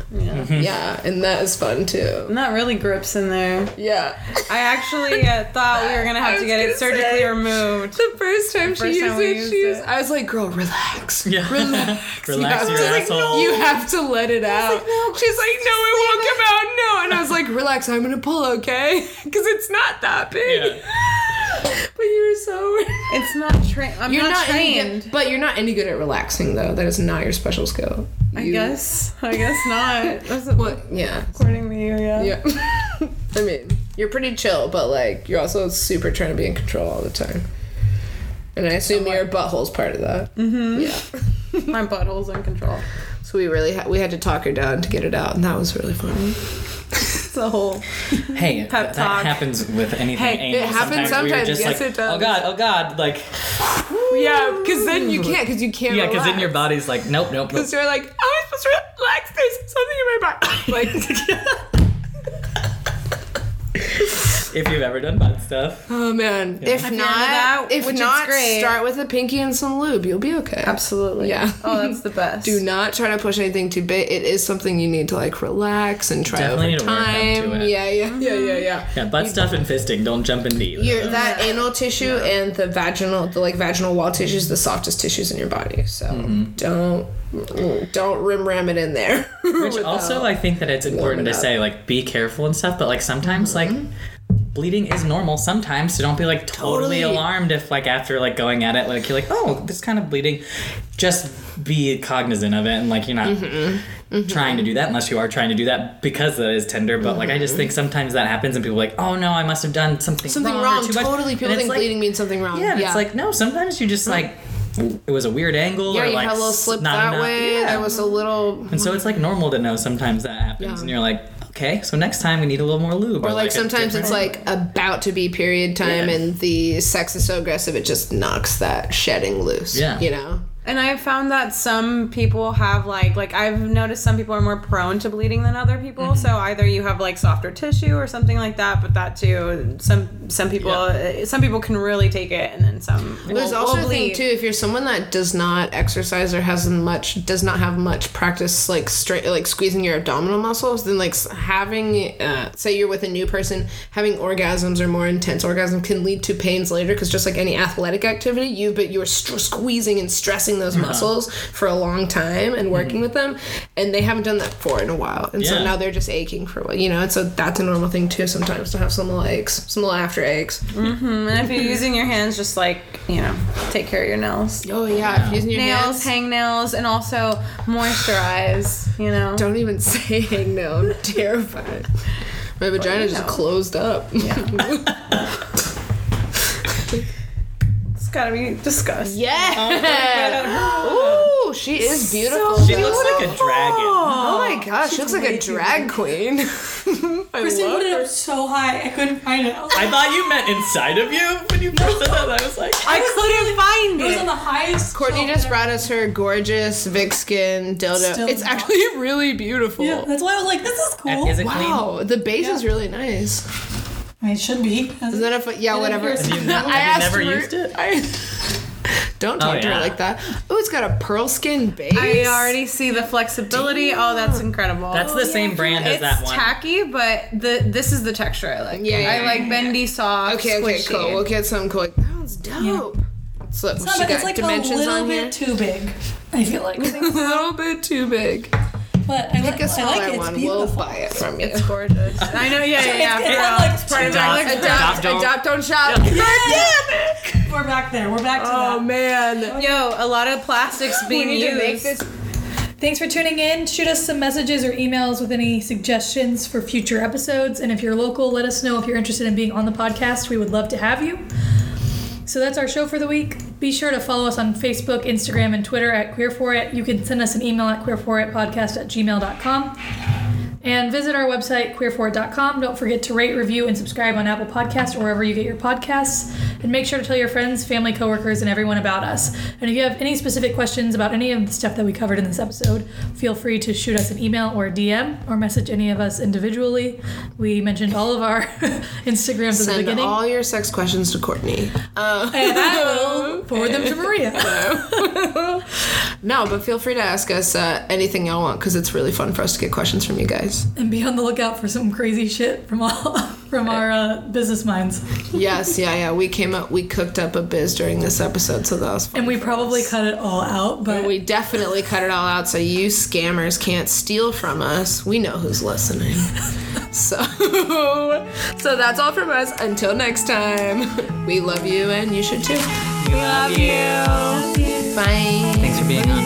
B: Yeah, and that is fun too.
D: and that Uh, really grips in there.
B: Yeah.
D: I actually uh, thought we were gonna
B: I
D: have to
B: was
D: get it
B: gonna
D: surgically
B: say.
D: removed.
B: The first time
D: first
B: she
D: time
B: used
D: we
B: it,
D: used
B: she was,
D: it.
B: I was like, "Girl, relax, relax,
C: Relax
B: you
C: your
B: have to,
C: asshole.
B: You have to let it out." She's like, "No, it won't come out, no," and I was like, "Relax, I'm gonna pull, okay? Because it's not that big." but you were so.
D: It's not trained. I'm
B: You're
D: not,
B: not, any
D: trained.
B: good, but you're not any good at relaxing though. That is not your special skill.
D: I
B: You-
D: guess. I guess not. That's a
B: What? Yeah.
D: according to you, yeah.
B: Yeah. I mean, you're pretty chill, but like you're also super trying to be in control all the time. And I assume your butthole's part of that. Mm-hmm. Yeah.
D: My butthole's in control.
B: So we really ha- we had to talk her down to get it out, and that was really funny.
D: It's the whole.
C: Hey, that
D: Pep talk.
C: happens with anything.
D: Hey,
C: anal.
B: it happens
C: we were
B: sometimes.
C: just
B: Yes,
C: like,
B: it does.
C: Oh god, oh god, like
B: Yeah, because then you can't, because you can't.
C: yeah, because then your body's like, nope, nope, nope.
B: Because you're like, oh, I'm supposed to relax. There's something in my butt. Like,
C: If you've ever done butt stuff,
B: oh man. If
D: you're into that,
B: not, if
D: which is
B: not,
D: great.
B: start with a pinky and some lube. You'll be okay.
D: Absolutely.
B: Yeah.
D: Oh, that's the best.
B: Do not try to push anything too big. It is something you need to like relax and try
C: Definitely
B: over
C: need to work up
B: time.
C: to it.
B: Yeah,
D: Mm-hmm.
B: yeah, yeah, yeah, yeah.
C: yeah, butt stuff and fisting. Don't jump in deep.
B: Your that anal tissue and the vaginal, the like vaginal wall tissue is the softest tissues in your body. So
C: Mm-hmm.
B: don't mm, don't rim ram it in there.
C: Which also, I think that it's important
B: warming
C: to
B: up.
C: say, like, be careful and stuff. But like sometimes, like. Bleeding is normal sometimes, so don't be like totally,
B: Mm-hmm. Totally.
C: alarmed if like after like going at it, like you're like, oh, this kind of bleeding. Just be cognizant of it, and like you're not
B: Mm-hmm.
C: trying to do that unless you are trying to do that because that is tender. But like I just think sometimes that happens, and people are like, oh no, I must have done something
B: Mm-hmm. something
C: wrong. or
B: wrong.
C: too much."
B: Totally,
C: And
B: people
C: it's
B: think
C: like,
B: bleeding means something wrong.
C: Yeah, and it's like no. Sometimes you just like it was a weird angle
B: yeah,
C: or
B: you
C: like
B: had a little
C: s-
B: slip
C: not
B: that
C: enough-
B: way.
C: Yeah.
B: There was
D: Mm-hmm.
B: a little.
C: and so it's like normal to know sometimes that happens,
B: Yeah.
C: and you're like, okay, so next time we need a little more lube,
B: Or like sometimes it's like about to be period time,
C: Yeah.
B: and the sex is so aggressive it just knocks that shedding loose.
C: Yeah.
B: you know.
D: And I've found that some people have like like I've noticed some people are more prone to bleeding than other people.
B: Mm-hmm.
D: So either you have like softer tissue or something like that. But that too, some some people uh some people can really take it, and then some.
B: There's
D: will-
B: also
D: will
B: a thing
D: bleed.
B: too if you're someone that does not exercise or has much does not have much practice like straight like squeezing your abdominal muscles then like s- having uh, say you're with a new person having orgasms or more intense orgasms can lead to pains later because just like any athletic activity you but you're str- squeezing and stressing those muscles for a long time and working with them and they haven't done that for in a while and so
C: Yeah.
B: now they're just aching for what you know and so that's a normal thing too sometimes to have some little aches some little after aches
D: And if you're using your hands, just like you know, take care of your nails.
B: oh yeah, if using your
D: Nails,
B: hands.
D: hang nails, and also moisturize. You know,
B: Don't even say hangnail. I'm terrified. My vagina
D: you
B: just
D: know.
B: closed up.
D: it's gotta be discussed. Oh
B: Yeah. Ooh, she is beautiful.
C: she looks like a dragon.
B: oh my gosh, she looks like a drag queen. I
A: Kristen
B: love
A: put it
B: her.
A: up so high, I couldn't find it. I was like,
C: I thought you meant inside of you when you first said that. I was like,
B: Oh,
D: I couldn't find
A: it was on
D: it.
A: the highest.
B: Courtney
A: shelf
B: just
A: that-
B: brought us her gorgeous Vic skin dildo.
A: Still
B: it's
A: not-
B: actually really beautiful.
A: Yeah, that's why I was like, this is cool.
C: is it clean?
B: Wow, the base is really nice.
A: I mean, it should be.
B: Isn't that if, yeah, whatever.
A: Have you
B: I
E: have you
B: asked
E: never
B: Mar-
E: used it?
B: I, don't talk
E: Oh,
B: to her
E: yeah.
B: like that. Oh, it's got a pearl skin base.
D: I already see the flexibility. Oh, that's incredible.
E: That's the same brand as
D: it's
E: that one.
D: tacky, but the this is the texture I like.
B: Yeah, yeah,
D: I like
B: yeah,
D: bendy, soft.
B: Okay, okay,
D: squishy.
B: cool. We'll get something cool. Like, that one's dope. So, she
A: It's, not,
B: got
A: it's like a
B: dimensions
A: little
B: on
A: bit
B: here.
A: too big. I feel like,
B: a little bit too big.
A: but I, like
B: Pick a
A: I
B: smaller
A: like it. It's
B: one.
A: beautiful.
B: We'll buy it from you.
D: It's gorgeous. I know. Yeah, yeah, yeah.
A: It's- it's
D: for
A: got,
D: real.
A: like, two
D: It's part of that.
E: dots.
D: like,
E: Adopt, don't-
B: Adopt, adopt, don't shop.
A: We're back there. We're back to
B: Oh
A: that.
B: man.
D: Yo, a lot of plastics being
B: need
D: used.
B: to make this
A: Thanks for tuning in. Shoot us some messages or emails with any suggestions for future episodes. And if you're local, let us know if you're interested in being on the podcast. We would love to have you. So that's our show for the week. Be sure to follow us on Facebook, Instagram, and Twitter at Queer For It. You can send us an email at queerforit.podcast at gmail.com. And visit our website, queerforit.com. Don't forget to rate, review, and subscribe on Apple Podcasts or wherever you get your podcasts. And make sure to tell your friends, family, coworkers, and everyone about us. And if you have any specific questions about any of the stuff that we covered in this episode, feel free to shoot us an email or a DM or message any of us individually. We mentioned all of our Instagrams at the
B: Send
A: beginning.
B: all your sex questions to Courtney.
A: and I will forward them to Maria.
B: No, but feel free to ask us uh, anything y'all want because it's really fun for us to get questions from you guys.
A: And be on the lookout for some crazy shit from all from our uh, business minds.
B: yes, yeah, yeah. We came up, we cooked up a biz during this episode, so that was fun.
A: And we probably cut it all out, but
B: we definitely cut it all out so you scammers can't steal from us. We know who's listening. So, so that's all from us. Until next time, we love you and you should too.
E: We love you.
B: Bye.
E: Thanks for being on.